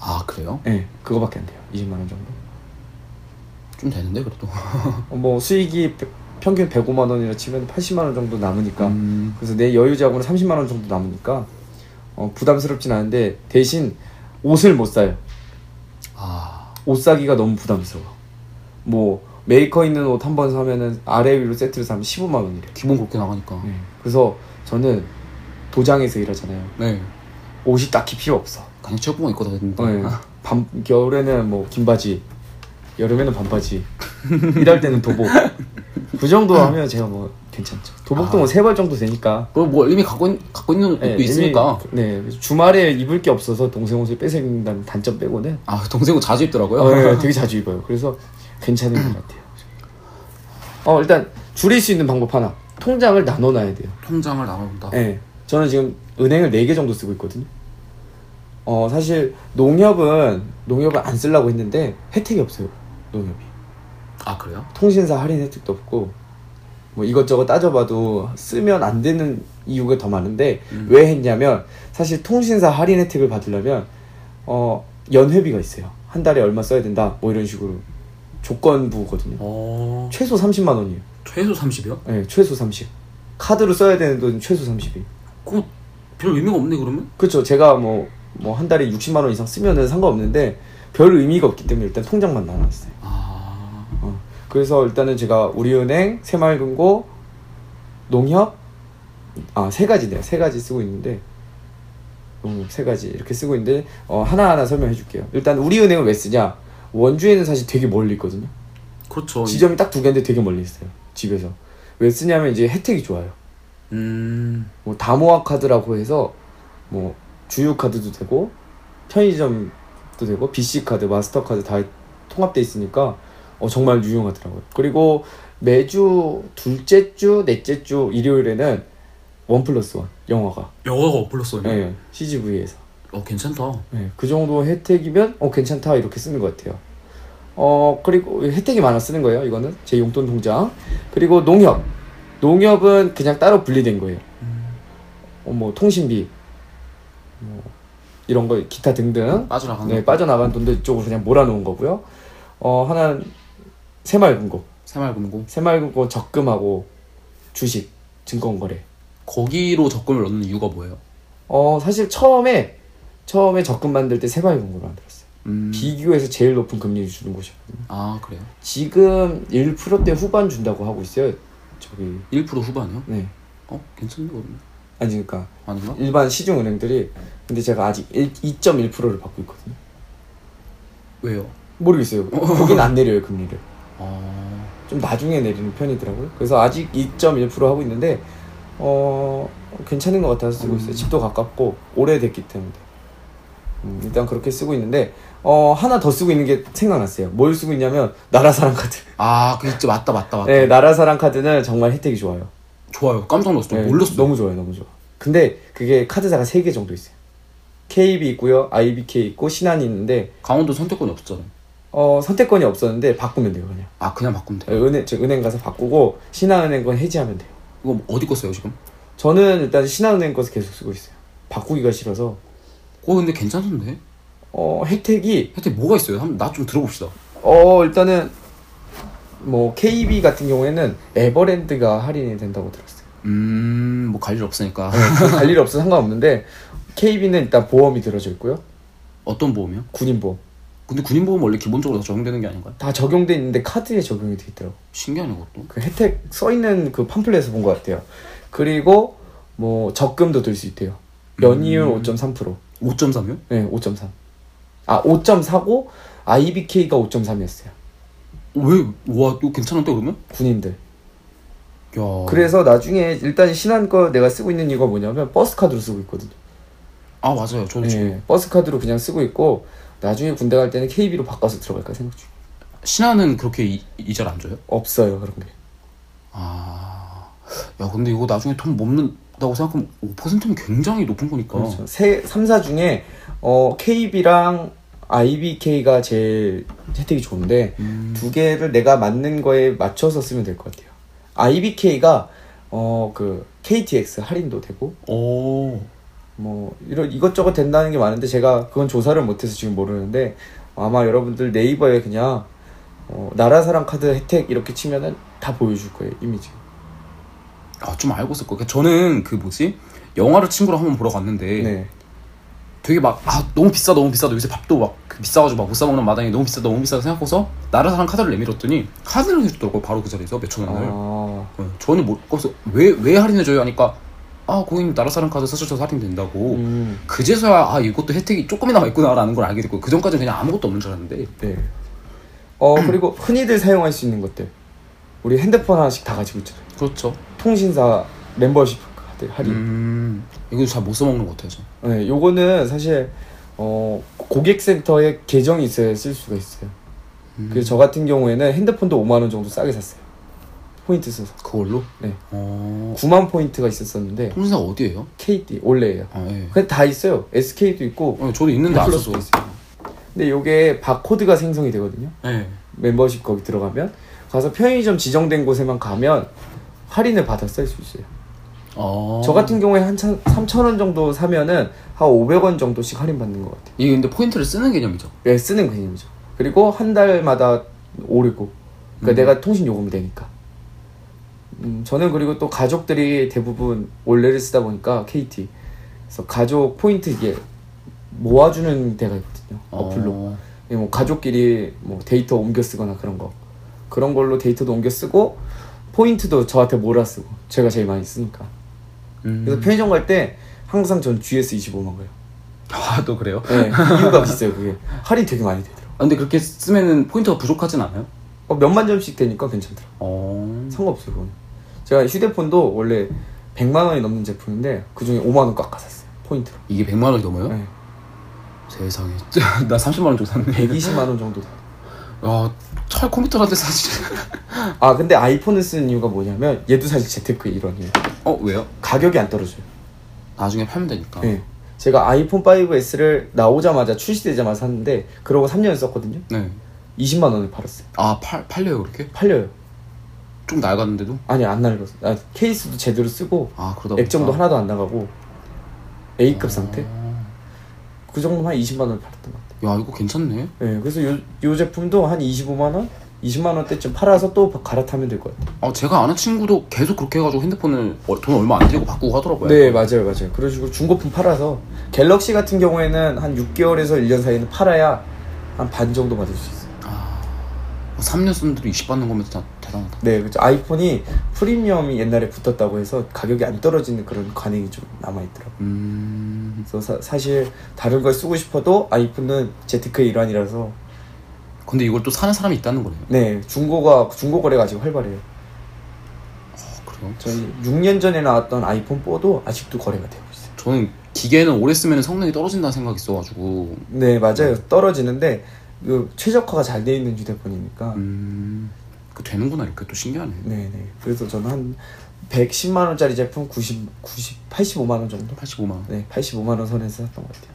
S2: 아 그래요?
S1: 예, 그거밖에 안 돼요. 20만 원 정도.
S2: 좀 되는데 그래도.
S1: 어, 뭐 수익이 pe- 평균 105만 원이라 치면 80만 원 정도 남으니까
S2: 음.
S1: 그래서 내 여유 자금은 30만 원 정도 남으니까 어, 부담스럽진 않은데 대신 옷을 못 사요.
S2: 아.
S1: 옷 사기가 너무 부담스러워. 뭐 메이커 있는 옷 한 번 사면은 아래 위로 세트를 사면 15만 원이래요.
S2: 기본 그렇게 나가니까.
S1: 네. 그래서 저는 도장에서 일하잖아요.
S2: 네.
S1: 옷이 딱히 필요 없어.
S2: 그냥 체육복만 입고 다녔는데.
S1: 네. 밤 겨울에는 뭐 긴바지, 여름에는 반바지, 일할 때는 도복. 그 정도 하면 제가 뭐 괜찮죠. 도복도
S2: 아.
S1: 뭐 세 벌 정도 되니까.
S2: 그리고 뭐 이미 갖고 있, 갖고 있는 옷도
S1: 네,
S2: 있으니까.
S1: 이미- 네 주말에 입을 게 없어서 동생 옷을 뺏어입는다는 단점 빼고는
S2: 아 동생은 자주 입더라고요.
S1: 어, 네, 되게 자주 입어요. 그래서 괜찮은 것 같아요. 어 일단 줄일 수 있는 방법 하나 통장을 나눠놔야 돼요.
S2: 통장을 나눠본다.
S1: 네, 저는 지금 은행을 4개 정도 쓰고 있거든요. 어, 사실 농협은 농협을 안 쓰려고 했는데 혜택이 없어요. 농협이.
S2: 아 그래요?
S1: 통신사 할인 혜택도 없고 뭐 이것저것 따져봐도 쓰면 안 되는 이유가 더 많은데
S2: 음.
S1: 왜 했냐면 사실 통신사 할인 혜택을 받으려면 어, 연회비가 있어요. 한 달에 얼마 써야 된다. 뭐 이런 식으로 조건부거든요.
S2: 어.
S1: 최소 30만 원이에요.
S2: 최소 30이요?
S1: 네, 최소 30. 카드로 써야 되는 돈 최소 30이.
S2: 그거 별 의미가 없네 그러면?
S1: 그렇죠. 제가 뭐 뭐 한 달에 60만 원 이상 쓰면은 상관없는데 별 의미가 없기 때문에 일단 통장만 나눴어요.
S2: 아.
S1: 어. 그래서 일단은 제가 우리은행, 새마을금고, 농협 아 세 가지네요. 세 가지 쓰고 있는데 농협 세 가지 이렇게 쓰고 있는데 어, 하나 하나 설명해 줄게요. 일단 우리은행을 왜 쓰냐? 원주에는 사실 되게 멀리 있거든요.
S2: 그렇죠.
S1: 지점이 딱 두 개인데 되게 멀리 있어요. 집에서 왜 쓰냐면 이제 혜택이 좋아요.
S2: 음.
S1: 뭐 다모아 카드라고 해서 뭐 주유 카드도 되고 편의점도 되고 BC 카드, 마스터 카드 다 통합돼 있으니까 어, 정말 유용하더라고요. 그리고 매주 둘째 주, 넷째 주 일요일에는 원 플러스 원 영화가
S2: 영어가 어플로써요.
S1: 네, CGV에서
S2: 어 괜찮다.
S1: 네, 그 정도 혜택이면 어 괜찮다 이렇게 쓰는 것 같아요. 어 그리고 혜택이 많아 쓰는 거예요. 이거는 제 용돈 통장 그리고 농협 농협은 그냥 따로 분리된 거예요. 어, 뭐 통신비 뭐 이런 거 기타 등등
S2: 빠져나가는.
S1: 네, 빠져나간 돈도 이쪽으로 그냥 몰아놓은 거고요. 어 하나는 새마을금고
S2: 새마을금고.
S1: 새마을금고 적금하고 주식 증권거래
S2: 거기로 적금을 넣는 이유가 뭐예요?
S1: 어 사실 처음에 처음에 적금 만들 때 새마을금고로 만들었어요.
S2: 음.
S1: 비교해서 제일 높은 금리를 주는 곳이거든요.
S2: 아 그래요?
S1: 지금 1%대 후반 준다고 하고 있어요. 저기
S2: 1% 후반이요?
S1: 네
S2: 어 괜찮네 그러면.
S1: 아니 그러니까
S2: 아닌가?
S1: 일반 시중 은행들이 근데 제가 아직 1, 2.1%를 받고 있거든요.
S2: 왜요?
S1: 모르겠어요. 거긴 안 내려요 금리를.
S2: 아.
S1: 좀 나중에 내리는 편이더라고요. 그래서 아직 2.1% 하고 있는데 어 괜찮은 것 같아서 쓰고 있어요.
S2: 음.
S1: 집도 가깝고 오래됐기 때문에 음, 일단 그렇게 쓰고 있는데 어 하나 더 쓰고 있는 게 생각났어요. 뭘 쓰고 있냐면 나라사랑 카드.
S2: 아 그게 진짜 맞다 맞다 맞다.
S1: 네 나라사랑 카드는 정말 혜택이 좋아요.
S2: 좋아요. 깜짝 놀랐어.
S1: 네,
S2: 몰랐어.
S1: 너무 좋아요, 너무 좋아. 근데 그게 카드사가 3개 정도 있어요. KB 있고요, IBK 있고 신한이 있는데
S2: 강원도 선택권이 없잖아요.
S1: 어, 선택권이 없었는데 바꾸면 돼요, 그냥.
S2: 아 그냥 바꾸면 돼. 요
S1: 네, 은행 저 은행 가서 바꾸고 신한은행 건 해지하면 돼요.
S2: 이거 뭐 어디 거 써요 지금?
S1: 저는 일단 신한은행 거서 계속 쓰고 있어요. 바꾸기가 싫어서
S2: 어 근데 괜찮던데?
S1: 어, 혜택이
S2: 혜택 뭐가 있어요? 한번 나 좀 들어봅시다.
S1: 어, 일단은 뭐 KB 같은 경우에는 에버랜드가 할인이 된다고 들었어요.
S2: 음뭐 갈 일 없으니까
S1: 갈 일 없어 상관없는데 KB는 일단 보험이 들어져 있고요.
S2: 어떤 보험이요?
S1: 군인 보험.
S2: 근데 군인 보험 원래 기본적으로 다 적용되는 게 아닌가요?
S1: 다 적용돼 있는데 카드에 적용이 돼 있더라고.
S2: 신기하네 그것도.
S1: 그 혜택 써 있는 그 팜플렛에서 본 것 같아요. 그리고 뭐 적금도 들 수 있대요. 연이율 5.3%.
S2: 5.3이요?
S1: 네, 5.3. 아, 5.4고 IBK가 5.3이었어요.
S2: 왜와 이거 괜찮은데 그러면?
S1: 군인들.
S2: 야.
S1: 그래서 나중에 일단 신한 거 내가 쓰고 있는 이유가 뭐냐면 버스 카드로 쓰고 있거든요.
S2: 아 맞아요. 저도 지금
S1: 네, 버스 카드로 그냥 쓰고 있고 나중에 군대 갈 때는 KB로 바꿔서 들어갈까 생각 중.
S2: 신한은 그렇게 이- 이자를 안 줘요?
S1: 없어요, 그런 게.
S2: 아. 야 근데 이거 나중에 돈 먹는다고 생각하면 5%면 굉장히 높은 거니까.
S1: 그렇죠. 세 3, 4 중에 어, KB랑 IBK가 제일 혜택이 좋은데
S2: 음.
S1: 두 개를 내가 맞는 거에 맞춰서 쓰면 될 것 같아요. IBK가 어 그 KTX 할인도 되고
S2: 오.
S1: 뭐 이런 이것저것 된다는 게 많은데 제가 그건 조사를 못해서 지금 모르는데 아마 여러분들 네이버에 그냥 어, 나라사랑 카드 혜택 이렇게 치면은 다 보여줄 거예요 이미지.
S2: 아, 좀 알고 있을 거예요. 저는 그 뭐지? 영화를 친구랑 한번 보러 갔는데
S1: 네.
S2: 되게 막, 아, 너무 비싸, 너무 비싸. 요새 밥도 막그 비싸가지고 막 못 사먹는 마당에 너무 비싸, 너무 비싸 생각해서 나라사랑 카드를 내밀었더니 카드를 해주더라고요. 바로 그 자리에서 몇천 원을.
S1: 아,
S2: 어, 저는 뭐, 거기서 왜, 왜 할인해줘요? 하니까 아, 고객님 나라사랑 카드 쓰셔서 할인된다고.
S1: 음,
S2: 그제서야 아, 이것도 혜택이 조금이나마 있구나라는 걸 알게 됐고 그전까지는 그냥 아무것도 없는 줄 알았는데
S1: 네. 어 그리고 흔히들 사용할 수 있는 것들 우리 핸드폰 하나씩 다 가지고 있잖아요.
S2: 그렇죠.
S1: 통신사 멤버십 카드 할인.
S2: 음, 이거 잘 못 써먹는 것 같아요. 저.
S1: 네, 요거는 사실 어 고객센터에 계정이 있어야 쓸 수가 있어요.
S2: 음,
S1: 그래서 저 같은 경우에는 핸드폰도 5만 원 정도 싸게 샀어요. 포인트 써서
S2: 그걸로?
S1: 네.
S2: 어,
S1: 9만 포인트가 있었었는데
S2: 통신사 어디예요?
S1: KT 원래예요.
S2: 아, 예.
S1: 근데 다 있어요. SK도 있고.
S2: 어, 저도 있는데 안 써서.
S1: 플러스도 있어요. 근데 요게 바코드가 생성이 되거든요.
S2: 예.
S1: 멤버십 거기 들어가면 가서 편의점 지정된 곳에만 가면 할인을 받아 쓸 수 있어요.
S2: 어.
S1: 저 같은 경우에 한 3,000원 정도 사면은 한 500원 정도씩 할인 받는 것 같아요.
S2: 이게 근데 포인트를 쓰는 개념이죠.
S1: 예, 쓰는 개념이죠. 그리고 한 달마다 오르고, 그러니까
S2: 음.
S1: 내가 통신 요금이 되니까. 음, 저는 그리고 또 가족들이 대부분 원래를 쓰다 보니까 KT, 그래서 가족 포인트 이게 모아주는 데가 있거든요. 어플로.
S2: 어.
S1: 예, 뭐 가족끼리 뭐 데이터 옮겨 쓰거나 그런 거, 그런 걸로 데이터도 옮겨 쓰고 포인트도 저한테 몰아 쓰고 제가 제일 많이 쓰니까.
S2: 음.
S1: 그래서 편의점 갈 때 항상 전 GS 25 먹어요.
S2: 아, 또 그래요?
S1: 예, 이유가 비싸요 그게. 할인 되게 많이 되더라고. 요
S2: 아, 근데 그렇게 쓰면은 포인트가 부족하진 않아요?
S1: 어, 몇만 점씩 되니까 괜찮더라.
S2: 어.
S1: 상관없어요, 그건. 제가 휴대폰도 원래 100만 원이 넘는 제품인데 그 중에 5만 원 깎아 샀어요. 포인트로.
S2: 이게 100만 원이 넘어요?
S1: 네.
S2: 세상에. 나 30만 원 정도 샀네.
S1: 120만 원 정도. 돼.
S2: 아, 철 컴퓨터라도 사실.
S1: 아, 근데 아이폰을 쓰는 이유가 뭐냐면 얘도 사실 재테크 일원이에요.
S2: 어, 왜요?
S1: 가격이 안 떨어져요.
S2: 나중에 팔면 되니까.
S1: 예. 제가 아이폰 5S를 나오자마자 출시되자마자 샀는데 그러고 3년을 썼거든요.
S2: 네.
S1: 20만 원에 팔았어요.
S2: 아, 팔, 팔려요, 그렇게?
S1: 팔려요.
S2: 좀 낡았는데도?
S1: 아니 안 날렸어. 아, 케이스도 제대로 쓰고
S2: 아, 그러다 보니까.
S1: 액정도 하나도 안 나가고 A급
S2: 아.
S1: 상태. 그 정도면 한 20만 원에 팔았던 것 같아요.
S2: 야, 이거 괜찮네.
S1: 예, 그래서 요, 요 제품도 한 25만 원, 20만 원대쯤 팔아서 또 갈아타면 될 것 같아요.
S2: 아, 제가 아는 친구도 계속 그렇게 해가지고 핸드폰을 어, 돈 얼마 안 들이고 바꾸고 하더라고요.
S1: 네, 맞아요, 맞아요. 그런 식으로 중고품 팔아서 갤럭시 같은 경우에는 한 6개월에서 1년 사이는 팔아야 한 반 정도 받을 수 있어요.
S2: 아, 3년 쓴데도 20 받는 거면 진짜 대단하다.
S1: 네, 그렇죠. 아이폰이 프리미엄이 옛날에 붙었다고 해서 가격이 안 떨어지는 그런 관행이 좀 남아 있더라고요.
S2: 음,
S1: 그래서 사, 사실 다른 걸 쓰고 싶어도 아이폰은 재테크의 일환이라서
S2: 근데 이걸 또 사는 사람이 있다는 거네요.
S1: 네, 중고가 중고 거래가 아직 활발해요.
S2: 아, 그래요?
S1: 저희 6년 전에 나왔던 아이폰 4도 아직도 거래가 되고 있어요.
S2: 저는 기계는 오래 쓰면 성능이 떨어진다는 생각이 있어가지고.
S1: 네 맞아요 떨어지는데 그 최적화가 잘 돼 있는 휴대폰이니까
S2: 음, 그 되는구나 이렇게 또 신기하네.
S1: 네네 그래서 저는 한 110만 원짜리 제품 90, 90 85만 원 정도
S2: 85만 원.
S1: 네 85만 원 선에서 샀던 것 같아요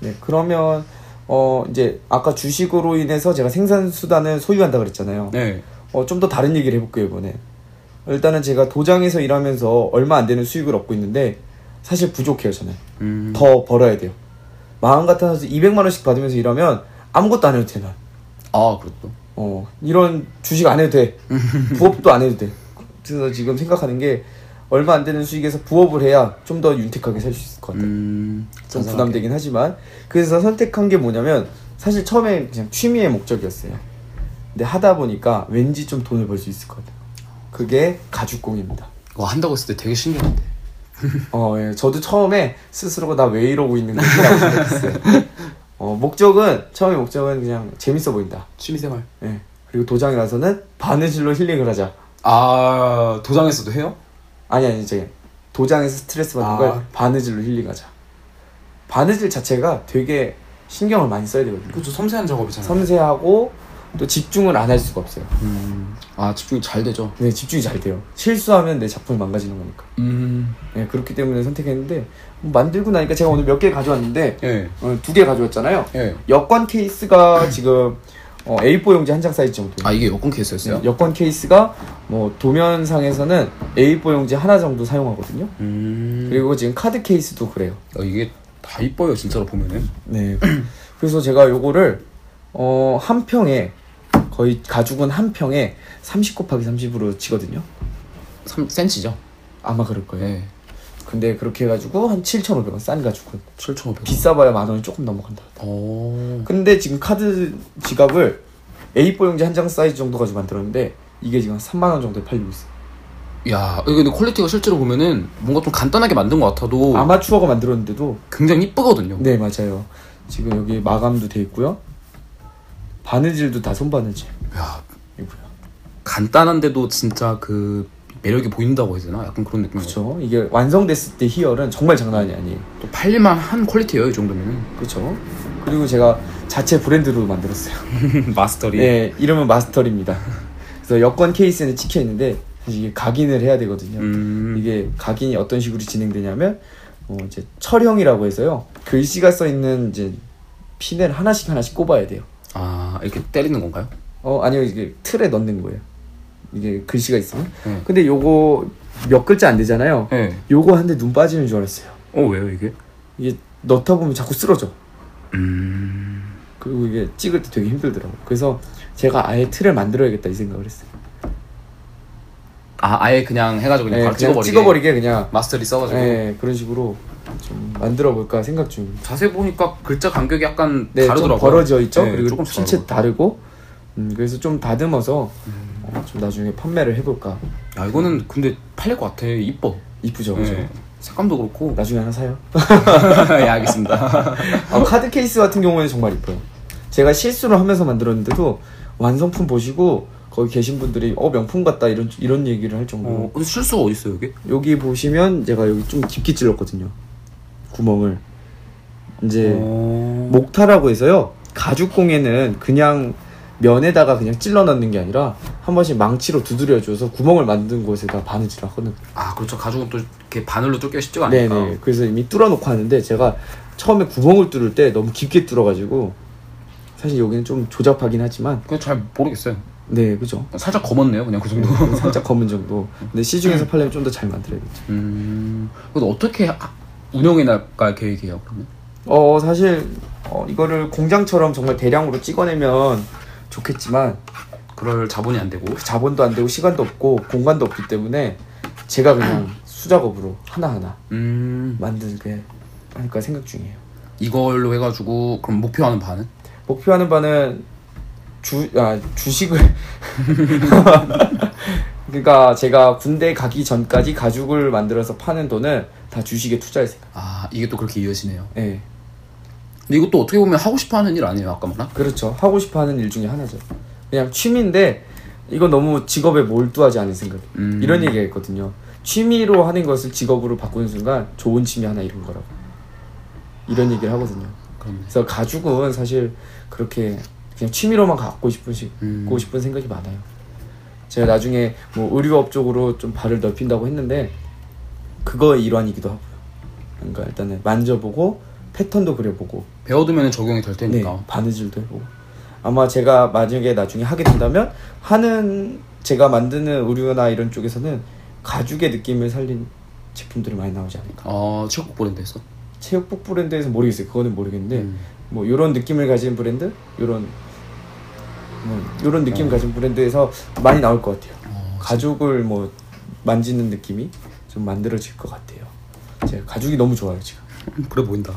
S1: 네 그러면 어 이제 아까 주식으로 인해서 제가 생산 수단을 소유한다 그랬잖아요
S2: 네.
S1: 어 좀 더 다른 얘기를 해볼게요 이번에 일단은 제가 도장에서 일하면서 얼마 안 되는 수익을 얻고 있는데 사실 부족해요 저는
S2: 음,
S1: 더 벌어야 돼요. 마음 같아서 200만 원씩 받으면서 일하면 아무것도 안 해도 돼 난.
S2: 아, 그렇죠.
S1: 어 이런 주식 안 해도 돼. 부업도 안 해도 돼. 그래서 지금 생각하는 게 얼마 안 되는 수익에서 부업을 해야 좀 더 윤택하게 살 수 있을 것 같아요.
S2: 음,
S1: 좀 부담되긴 하지만 그래서 선택한 게 뭐냐면 사실 처음에 그냥 취미의 목적이었어요. 근데 하다 보니까 왠지 좀 돈을 벌 수 있을 것 같아요. 그게 가죽공입니다.
S2: 와, 한다고 했을 때 되게 신기한데.
S1: 어, 예. 저도 처음에 스스로가 나 왜 이러고 있는 거지라고 생각했어요. 어, 목적은 처음에 목적은 그냥 재밌어 보인다.
S2: 취미생활.
S1: 예. 그리고 도장이라서는 바느질로 힐링을 하자.
S2: 아, 도장에서도 해요?
S1: 아니 아니 이제 도장에서 스트레스 받는
S2: 아.
S1: 걸 바느질로 힐링하자. 바느질 자체가 되게 신경을 많이 써야 되거든요.
S2: 그렇죠. 섬세한 작업이잖아요.
S1: 섬세하고 또 집중을 안 할 수가 없어요.
S2: 음, 아, 집중이 잘 되죠.
S1: 네, 집중이 잘 돼요. 실수하면 내 작품이 망가지는 거니까.
S2: 음,
S1: 예, 그렇기 때문에 선택했는데 뭐 만들고 나니까 제가 오늘 몇 개 가져왔는데
S2: 예,
S1: 두 개 가져왔잖아요.
S2: 예.
S1: 여권 케이스가 지금 어, A4 용지 한 장 사이즈 정도. 네,
S2: 아 이게 여권 케이스였어요?
S1: 여권 케이스가 뭐 도면상에서는 A4 용지 하나 정도 사용하거든요.
S2: 음.
S1: 그리고 지금 카드 케이스도 그래요.
S2: 어, 이게 다 이뻐요 진짜로 보면은.
S1: 네. 그래서 제가 요거를 어, 한 평에 거의 가죽은 한 평에 30 곱하기 30으로 치거든요.
S2: 3cm죠?
S1: 아마 그럴 거예요.
S2: 네.
S1: 근데 그렇게 해가지고 한 7,500원 싼 가죽은
S2: 7,500원.
S1: 비싸봐야 만 원이 조금 넘어간다.
S2: 어.
S1: 근데 지금 카드 지갑을 A4 용지 한 장 사이즈 정도 가지고 만들었는데 이게 지금 한 3만 원 정도에 팔리고 있어요.
S2: 야, 이거 근데 퀄리티가 실제로 보면은 뭔가 좀 간단하게 만든 것 같아도
S1: 아마추어가 만들었는데도
S2: 굉장히 이쁘거든요.
S1: 네 맞아요. 지금 여기 마감도 돼 있고요. 바느질도 다 손바느질이고요.
S2: 야, 간단한데도 진짜 그 매력이 보인다고 해야 되나? 약간 그런 느낌.
S1: 그렇죠. 이게 완성됐을 때 희열은 정말 장난이 아니에요.
S2: 또 팔릴만 한 퀄리티예요, 이 정도면은.
S1: 그렇죠. 그리고 제가 자체 브랜드로 만들었어요.
S2: 마스터리.
S1: 네, 이름은 마스터리입니다. 그래서 여권 케이스는 찍혀 있는데 사실 이게 각인을 해야 되거든요.
S2: 음.
S1: 이게 각인이 어떤 식으로 진행되냐면 어, 이제 철형이라고 해서요. 글씨가 써 있는 이제 핀을 하나씩 하나씩 꼽아야 돼요.
S2: 아, 이렇게 때리는 건가요?
S1: 어 아니요 이게 틀에 넣는 거예요. 이게 글씨가 있으면.
S2: 네.
S1: 근데 요거 몇 글자 안 되잖아요.
S2: 네.
S1: 요거 하는데 눈 빠지는 줄 알았어요.
S2: 어, 왜요, 이게?
S1: 이게 넣다 보면 자꾸 쓰러져.
S2: 음.
S1: 그리고 이게 찍을 때 되게 힘들더라고. 요 그래서 제가 아예 틀을 만들어야겠다 이 생각을 했어요.
S2: 아, 아예 그냥 해가지고 그냥
S1: 예,
S2: 바로
S1: 그냥
S2: 찍어버리게.
S1: 찍어버리게 그냥
S2: 마스터리 써가지고.
S1: 예, 그런 식으로 좀 만들어 볼까 생각 중.
S2: 자세히 보니까 글자 간격이 약간
S1: 네,
S2: 다르더라고요.
S1: 좀 벌어져 있죠.
S2: 네,
S1: 그리고
S2: 조금씩
S1: 신체 다르고. 음, 그래서 좀 다듬어서
S2: 음.
S1: 어, 좀 나중에 판매를 해볼까.
S2: 야 이거는 근데 팔릴 것 같아 이뻐
S1: 이쁘죠, 그죠?
S2: 네. 색감도 그렇고
S1: 나중에 하나 사요.
S2: 예 알겠습니다
S1: 아, 카드 케이스 같은 경우에는 정말 이뻐요. 제가 실수를 하면서 만들었는데도 완성품 보시고 거기 계신 분들이 어 명품 같다 이런 이런 얘기를 할 정도로
S2: 어, 근데 실수가 어딨어요 여기?
S1: 여기 보시면 제가 여기 좀 깊게 찔렀거든요 구멍을 이제
S2: 어...
S1: 목타라고 해서요 가죽공예는 그냥 면에다가 그냥 찔러 넣는 게 아니라 한 번씩 망치로 두드려줘서 구멍을 만든 곳에다 바느질을 하거든요
S2: 아 그렇죠 가죽은 또 이렇게 바늘로 뚫기가 쉽지가 않으니까
S1: 네네 그래서 이미 뚫어놓고 하는데 제가 처음에 구멍을 뚫을 때 너무 깊게 뚫어가지고 사실 여기는 좀 조잡하긴 하지만
S2: 그냥 잘 모르겠어요
S1: 네 그죠
S2: 살짝 검었네요 그냥 그 정도
S1: 살짝 검은 정도 근데 시중에서 팔려면 좀 더 잘 만들어야겠죠
S2: 음... 근데 어떻게 하- 운영해 나갈 계획이에요 그러면?
S1: 어 사실 어, 이거를 공장처럼 정말 대량으로 찍어내면 좋겠지만
S2: 그럴 자본이 안 되고
S1: 자본도 안 되고 시간도 없고 공간도 없기 때문에 제가 그냥 수작업으로 하나하나
S2: 음...
S1: 만들게 할까 생각 중이에요.
S2: 이걸로 해가지고 그럼 목표하는 반은?
S1: 목표하는 바는 주, 아, 주식을. 그러니까 제가 군대 가기 전까지 가죽을 만들어서 파는 돈을 다 주식에 투자할 생각.
S2: 아 이게 또 그렇게 이어지네요
S1: 예. 네,
S2: 근데 이것도 어떻게 보면 하고 싶어 하는 일 아니에요 아까 말한?
S1: 그렇죠. 하고 싶어 하는 일 중에 하나죠. 그냥 취미인데 이건 너무 직업에 몰두하지 않은 생각.
S2: 음...
S1: 이런 얘기가 있거든요. 취미로 하는 것을 직업으로 바꾸는 순간 좋은 취미 하나 이룬 거라고. 이런 얘기를 하거든요.
S2: 그렇네
S1: 그래서 가죽은 사실 그렇게 그냥 취미로만 갖고 싶은 시-
S2: 음.
S1: 갖고 싶은 생각이 많아요. 제가 나중에 뭐 의류업 쪽으로 좀 발을 넓힌다고 했는데 그거의 일환이기도 하고요. 그러니까 일단은 만져보고 패턴도 그려보고
S2: 배워두면 적용이 될 테니까
S1: 네, 바느질도 해보고 아마 제가 만약에 나중에 하게 된다면 하는 제가 만드는 의류나 이런 쪽에서는 가죽의 느낌을 살린 제품들이 많이 나오지 않을까
S2: 아 최고 브랜드에서?
S1: 체육복 브랜드에서 모르겠어요 그거는 모르겠는데
S2: 음.
S1: 뭐 이런 느낌을 가진 브랜드 이런 이런 느낌 가진 브랜드에서 많이 나올 것 같아요
S2: 네. 어,
S1: 가죽을 뭐 만지는 느낌이 좀 만들어질 것 같아요 제가 가죽이 너무 좋아요 지금
S2: 음, 그래 보인다.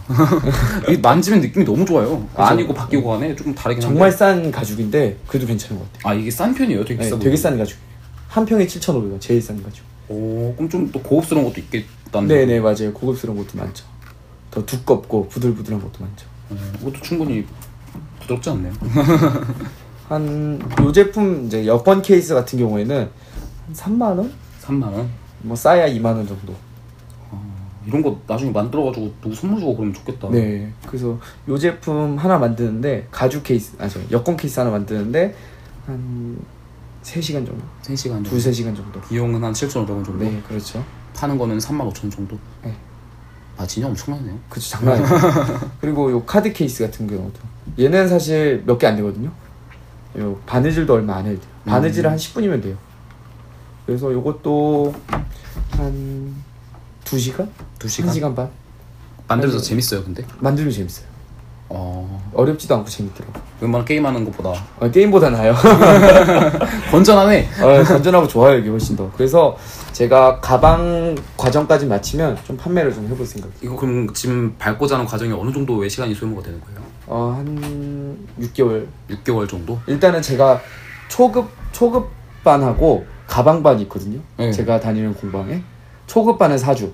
S2: 이 만지면 느낌이 너무 좋아요. 아니고 바뀌고 하네. 조금 다르긴 한데.
S1: 정말 싼 가죽인데 그래도 괜찮은 것 같아요
S2: 아 이게 싼 편이에요. 되게
S1: 네,
S2: 비싸.
S1: 되게 싼 가죽. 한 평에 7,500원. 제일 싼 가죽.
S2: 오, 그럼 좀 또 고급스러운 것도 있겠다는.
S1: 네, 네, 맞아요. 고급스러운 것도 많죠. 더 두껍고 부들부들한 것도 많죠.
S2: 음, 이것도 충분히 부드럽지 않네요.
S1: 한 요 제품 이제 여권 케이스 같은 경우에는 한 3만 원?
S2: 3만 원. 어,
S1: 뭐 싸야 2만 원 정도.
S2: 이런 거 나중에 만들어가지고 누구 선물 주고 그러면 좋겠다.
S1: 네. 그래서 요 제품 하나 만드는데 가죽 케이스 아저 여권 케이스 하나 만드는데 한 3시간 정도.
S2: 3시간 정도.
S1: 2, 3시간 정도.
S2: 비용은 한 7,500원 정도.
S1: 네, 그렇죠.
S2: 파는 거는 3만 5천 원 정도.
S1: 네.
S2: 아 진짜 엄청나네요.
S1: 그렇죠. 장난 아니에요. 그리고 요 카드 케이스 같은 경우도 얘는 사실 몇 개 안 되거든요. 요 바느질도 얼마 안 해도 돼요. 바느질을 한 10분이면 돼요. 그래서 요것도 한 2시간?
S2: 두
S1: 1시간, 네.
S2: 시간
S1: 반?
S2: 만들어서
S1: 아니.
S2: 재밌어요 근데
S1: 만들면 재밌어요.
S2: 어
S1: 어렵지도 않고 재밌더라고요.
S2: 웬만한 게임하는 것보다
S1: 어, 게임보다 나아요.
S2: 건전하네
S1: 어, 건전하고 좋아요 이게 훨씬 더. 그래서 제가 가방 과정까지 마치면 좀 판매를 좀 해볼 생각이에요.
S2: 이거 그럼 지금 밟고자 하는 과정이 어느 정도의 시간이 소모가 되는 거예요?
S1: 어, 한 6개월
S2: 6개월 정도?
S1: 일단은 제가 초급 초급 반하고 가방반이 있거든요.
S2: 네.
S1: 제가 다니는 공방에 초급 반은 4주,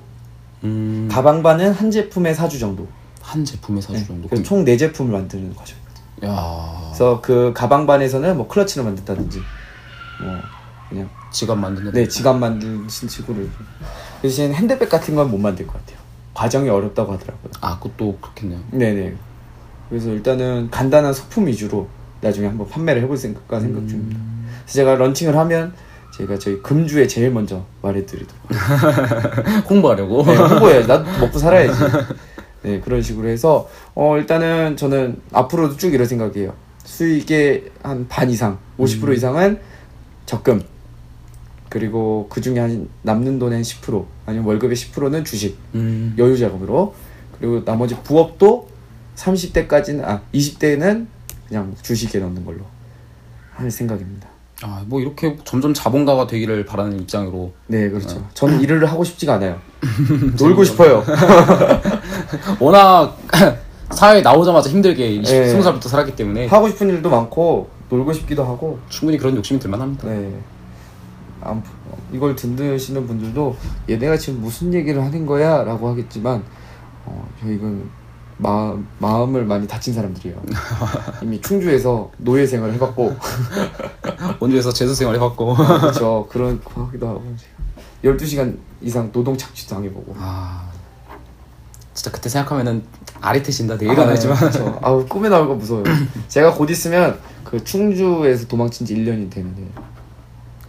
S2: 음,
S1: 가방 반은 한 제품에 4주 정도.
S2: 한 제품에 4주 정도?
S1: 네.
S2: 음. 아.
S1: 그래서 총 4제품을 만드는 과정.
S2: 야
S1: 그래서 그 가방 반에서는 뭐 클러치를 만든다든지 뭐 그냥
S2: 지갑 만드는
S1: 네 지갑 만드는 친구를 대신 핸드백 같은 건 못 만들 것 같아요. 과정이 어렵다고 하더라고요.
S2: 아 그것도 그렇겠네요
S1: 네네. 그래서 일단은 간단한 소품 위주로 나중에 한번 판매를 해볼 생각과 생각 중입니다.
S2: 음.
S1: 그래서 제가 런칭을 하면 제가 저희 금주에 제일 먼저 말해드리도록
S2: 홍보하려고
S1: 네, 홍보해 나도 먹고 살아야지 네 그런 식으로 해서 어 일단은 저는 앞으로도 쭉 이럴 생각이에요 수익의 한 반 이상 50% 이상은 적금 그리고 그 중에 한 남는 돈의 한10% 아니면 월급의 10%는 주식
S2: 음,
S1: 여유 자금으로 그리고 나머지 부업도 30대까지는 아 20대는 그냥 주식에 넣는 걸로 할 생각입니다.
S2: 아뭐 이렇게 점점 자본가가 되기를 바라는 입장으로
S1: 네 그렇죠. 저는 일을 하고 싶지가 않아요. 놀고 싶어요.
S2: 워낙 사회에 나오자마자 힘들게
S1: 예.
S2: 20, 20살부터 살았기 때문에
S1: 하고 싶은 일도 많고 놀고 싶기도 하고
S2: 충분히 그런 욕심이 들만합니다
S1: 네. 안, 이걸 듣는 분들도 얘네가 지금 무슨 얘기를 하는 거야? 라고 하겠지만 어, 저희는 마, 마음을 많이 다친 사람들이에요. 이미 충주에서 노예 생활을 해봤고
S2: 원주에서 재수생활 해봤고
S1: 그렇죠. 그런 거 하기도 하고 12시간 이상 노동 착취도 당해보고
S2: 아 진짜 그때 생각하면은 아리태신다 내일은 아, 니지만
S1: 그렇죠. 아우 꿈에 나올 거 무서워요. 제가 곧 있으면 그 충주에서 도망친 지 1년이 되는 데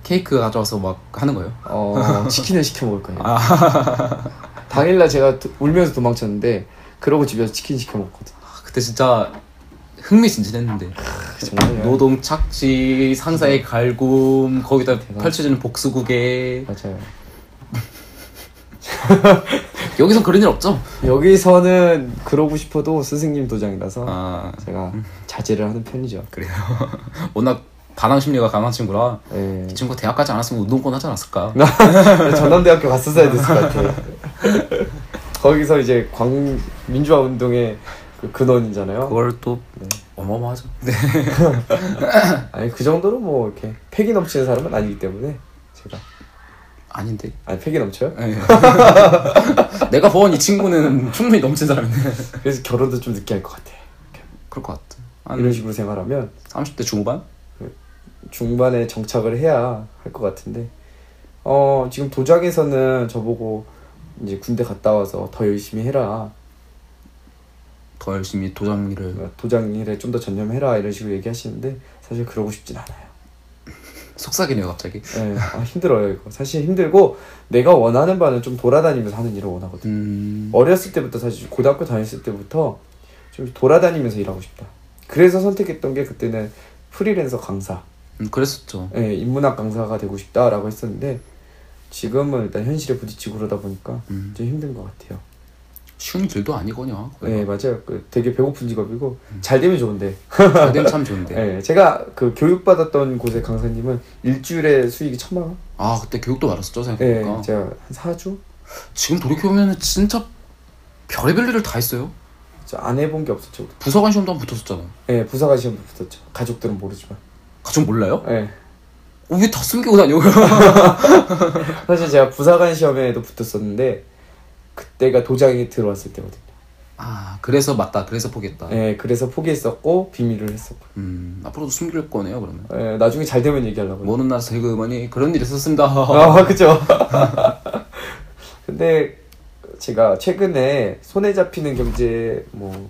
S2: 케이크 가져와서 막 하는 거예요
S1: 어, 치킨을 시켜 먹을 거예요.
S2: 아.
S1: 당일날 제가 도- 울면서 도망쳤는데 그러고 집에서 치킨 시켜 먹거든.
S2: 아, 그때 진짜 흥미진진했는데
S1: 아, 정말
S2: 노동 착취 상사의 갈굼 거기다
S1: 대박.
S2: 펼쳐지는 복수국에
S1: 맞아요.
S2: 여기선 그런 일 없죠?
S1: 여기서는 그러고 싶어도 스승님 도장이라서
S2: 아
S1: 제가 자제를 하는 편이죠.
S2: 그래요 워낙 반항 심리가 강한 친구라
S1: 예.
S2: 이 친구 대학 가지 않았으면 운동권 하지 않았을까
S1: 전남대학교 갔었어야 됐을 것 같아. 거기서 이제 광 민주화 운동의 그 근원이잖아요.
S2: 그걸 또뭐 어마어마하죠
S1: 아니 그 정도로 뭐 이렇게 패기 넘치는 사람은 아니기 때문에 제가
S2: 아닌데
S1: 아니 패기 넘쳐요?
S2: 예. 내가 보아온 이 친구는 충분히 넘친 사람인데
S1: 그래서 결혼도 좀 늦게 할 것 같아.
S2: 그럴 것 같아 한
S1: 이런 식으로 생활하면
S2: 30대 중후반?
S1: 중반에 정착을 해야 할 것 같은데 어 지금 도장에서는 저보고 이제 군대 갔다 와서 더 열심히 해라
S2: 더 열심히 도장 일을
S1: 도장 일에 좀 더 전념해라 이런 식으로 얘기하시는데 사실 그러고 싶진 않아요
S2: 속삭이네요 갑자기
S1: 예, 아, 힘들어요 이거 사실 힘들고 내가 원하는 바는 좀 돌아다니면서 하는 일을 원하거든
S2: 음...
S1: 어렸을 때부터 사실 고등학교 다녔을 때부터 좀 돌아다니면서 일하고 싶다 그래서 선택했던 게 그때는 프리랜서 강사
S2: 음, 그랬었죠
S1: 예, 인문학 강사가 되고 싶다라고 했었는데 지금은 일단 현실에 부딪히고 그러다 보니까
S2: 음.
S1: 좀 힘든 것 같아요.
S2: 쉬운 길도 아니거냐
S1: 네 맞아요. 그 되게 배고픈 직업이고
S2: 음.
S1: 잘 되면 좋은데.
S2: 잘 되면 참 좋은데
S1: 예, 제가 그 교육 받았던 곳의 강사님은 일주일에 수익이 천만 원.
S2: 아 그러니까. 그때 교육도 받았었죠
S1: 예,
S2: 생각해보니까
S1: 제가 한 4주
S2: 지금 돌이켜보면 진짜 별의별 일을 다 했어요
S1: 저안 해본 게 없었죠.
S2: 부서관 시험도 한번 붙었었잖아요
S1: 예, 부사관 시험도 붙었죠. 가족들은 모르지만.
S2: 가족 몰라요?
S1: 예,
S2: 어, 왜다 숨기고 다녀
S1: 사실 제가 부사관 시험에도 붙었었는데 그때가 도장이 들어왔을 때거든요.
S2: 아 그래서 맞다 그래서 포기했다
S1: 예, 그래서 포기했었고 비밀을 했었고.
S2: 음 앞으로도 숨길 거네요 그러면
S1: 예, 나중에 잘 되면 얘기하려고.
S2: 모는 날 세그머니 그런 일이 있었습니다
S1: 아, 그죠. 근데 제가 최근에 손에 잡히는 경제 뭐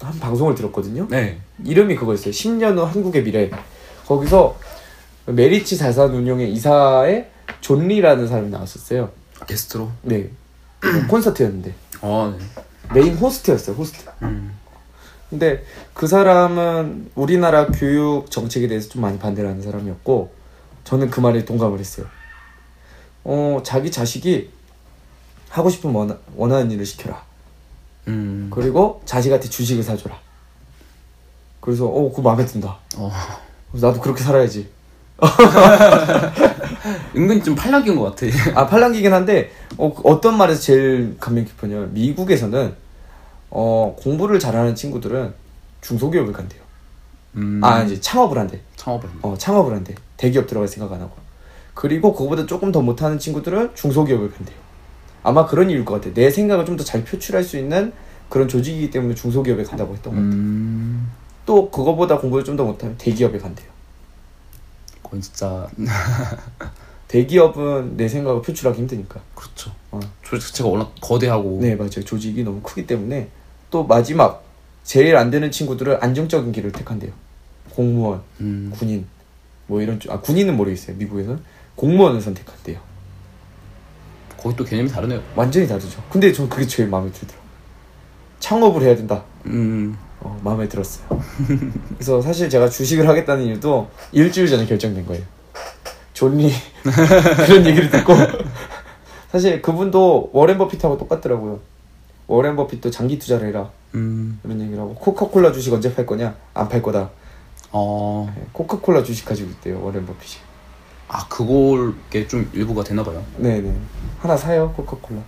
S1: 한 방송을 들었거든요.
S2: 네
S1: 이름이 그거였어요. 10년 후 한국의 미래. 거기서 메리츠 자산운용의 이사의 존리라는 사람이 나왔었어요.
S2: 게스트로
S1: 네. 콘서트였는데
S2: 아 네.
S1: 메인 호스트였어요. 호스트.
S2: 음.
S1: 근데 근데 그 사람은 우리나라 교육 정책에 대해서 좀 많이 반대를 하는 사람이었고 저는 그 말에 동감을 했어요. 어 자기 자식이 하고 싶은 원하, 원하는 일을 시켜라.
S2: 음.
S1: 그리고 자식한테 주식을 사줘라. 그래서 어 그거 마음에 든다.
S2: 어.
S1: 그래서 나도 그렇게 살아야지.
S2: 은근히 좀 팔랑귀인 것 같아.
S1: 아 팔랑기긴 한데 어, 그 어떤 말에서 제일 감명 깊었냐면 미국에서는 어 공부를 잘하는 친구들은 중소기업을 간대요.
S2: 음.
S1: 아 이제 창업을 한대.
S2: 창업을 한다.
S1: 어 창업을 한대. 대기업 들어갈 생각 안 하고. 그리고 그거보다 조금 더 못하는 친구들은 중소기업을 간대요. 아마 그런 이유일 것 같아. 내 생각을 좀 더 잘 표출할 수 있는 그런 조직이기 때문에 중소기업에 간다고 했던 거.
S2: 음.
S1: 또 그거보다 공부를 좀 더 못하면 대기업에 간대요.
S2: 그건 진짜
S1: 대기업은 내 생각을 표출하기 힘드니까.
S2: 그렇죠.
S1: 어.
S2: 조직 자체가 워낙 거대하고.
S1: 네 맞아요 조직이 너무 크기 때문에 또 마지막 제일 안 되는 친구들은 안정적인 길을 택한대요 공무원
S2: 음.
S1: 군인 뭐 이런 쪽- 아 군인은 모르겠어요 미국에서는 공무원을 선택한대요
S2: 거기 또 개념이 다르네요.
S1: 완전히 다르죠 근데 전 그게 제일 마음에 들더라고요 창업을 해야 된다
S2: 음.
S1: 어, 마음에 들었어요 그래서 사실 제가 주식을 하겠다는 일도 일주일 전에 결정된 거예요 존리 그런 얘기를 듣고 사실 그분도 워렌 버핏하고 똑같더라고요 워렌 버핏도 장기 투자를 해라
S2: 음.
S1: 이런 얘기를 하고 코카콜라 주식 언제 팔 거냐? 안 팔 거다.
S2: 어.
S1: 네, 코카콜라 주식 가지고 있대요 워렌 버핏이.
S2: 아 그걸 게좀 일부가 되나 봐요.
S1: 네네 하나 사요 코카콜라.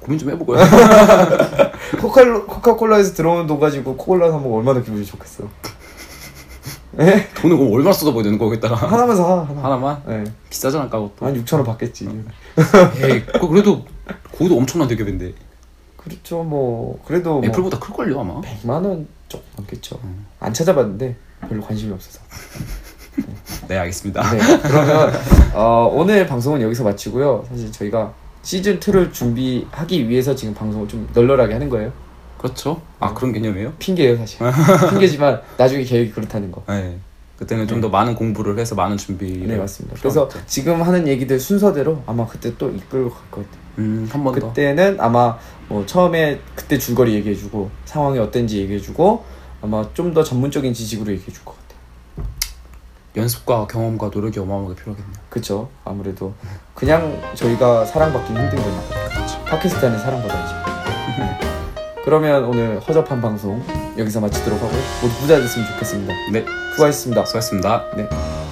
S2: 고민 좀 해보고요.
S1: 코칼 코카콜라에서 들어오는 돈 가지고 코콜라 사면 얼마나 기분이 좋겠어. 예?
S2: 돈을 그럼 얼마나 쏟아부어야 되는 거에 따라.
S1: 하나만 사 하나.
S2: 하나만
S1: 예.
S2: 비싸잖아 까고 또.
S1: 한 6천 원 받겠지.
S2: 에이, 그거 그래도 거기도 엄청난 대기업인데
S1: 그렇죠 뭐 그래도 뭐
S2: 애플보다 클 걸요 아마.
S1: 100만 원 조금 넘겠죠.
S2: 음.
S1: 안 찾아봤는데 별로 관심이 없어서.
S2: 네 알겠습니다.
S1: 네, 그러면 어, 오늘 방송은 여기서 마치고요. 사실 저희가 시즌 2를 준비하기 위해서 지금 방송을 좀 널널하게 하는 거예요.
S2: 그렇죠.
S1: 음.
S2: 아 그런 개념이에요?
S1: 핑계예요 사실 핑계지만 나중에 계획이 그렇다는 거.
S2: 네. 그때는 좀 더 많은 공부를 해서 많은 준비를.
S1: 네 맞습니다. 그래서
S2: 필요하겠죠.
S1: 지금 하는 얘기들 순서대로 아마 그때 또 이끌고 갈 것 같아요.
S2: 음, 한 번 더.
S1: 그때는 아마 뭐 처음에 그때 줄거리 얘기해주고 상황이 어땠는지 얘기해주고 아마 좀 더 전문적인 지식으로 얘기해줄 것 같아요.
S2: 연습과 경험과 노력이 어마어마하게 필요하겠네요.
S1: 그쵸? 아무래도 그냥 저희가 사랑받기 힘든 거니까
S2: 그렇죠.
S1: 파키스탄에 사랑받아야죠. 그러면 오늘 허접한 방송 여기서 마치도록 하고요. 모두 부자 됐으면 좋겠습니다.
S2: 네,
S1: 수고하셨습니다.
S2: 수고하셨습니다.
S1: 네.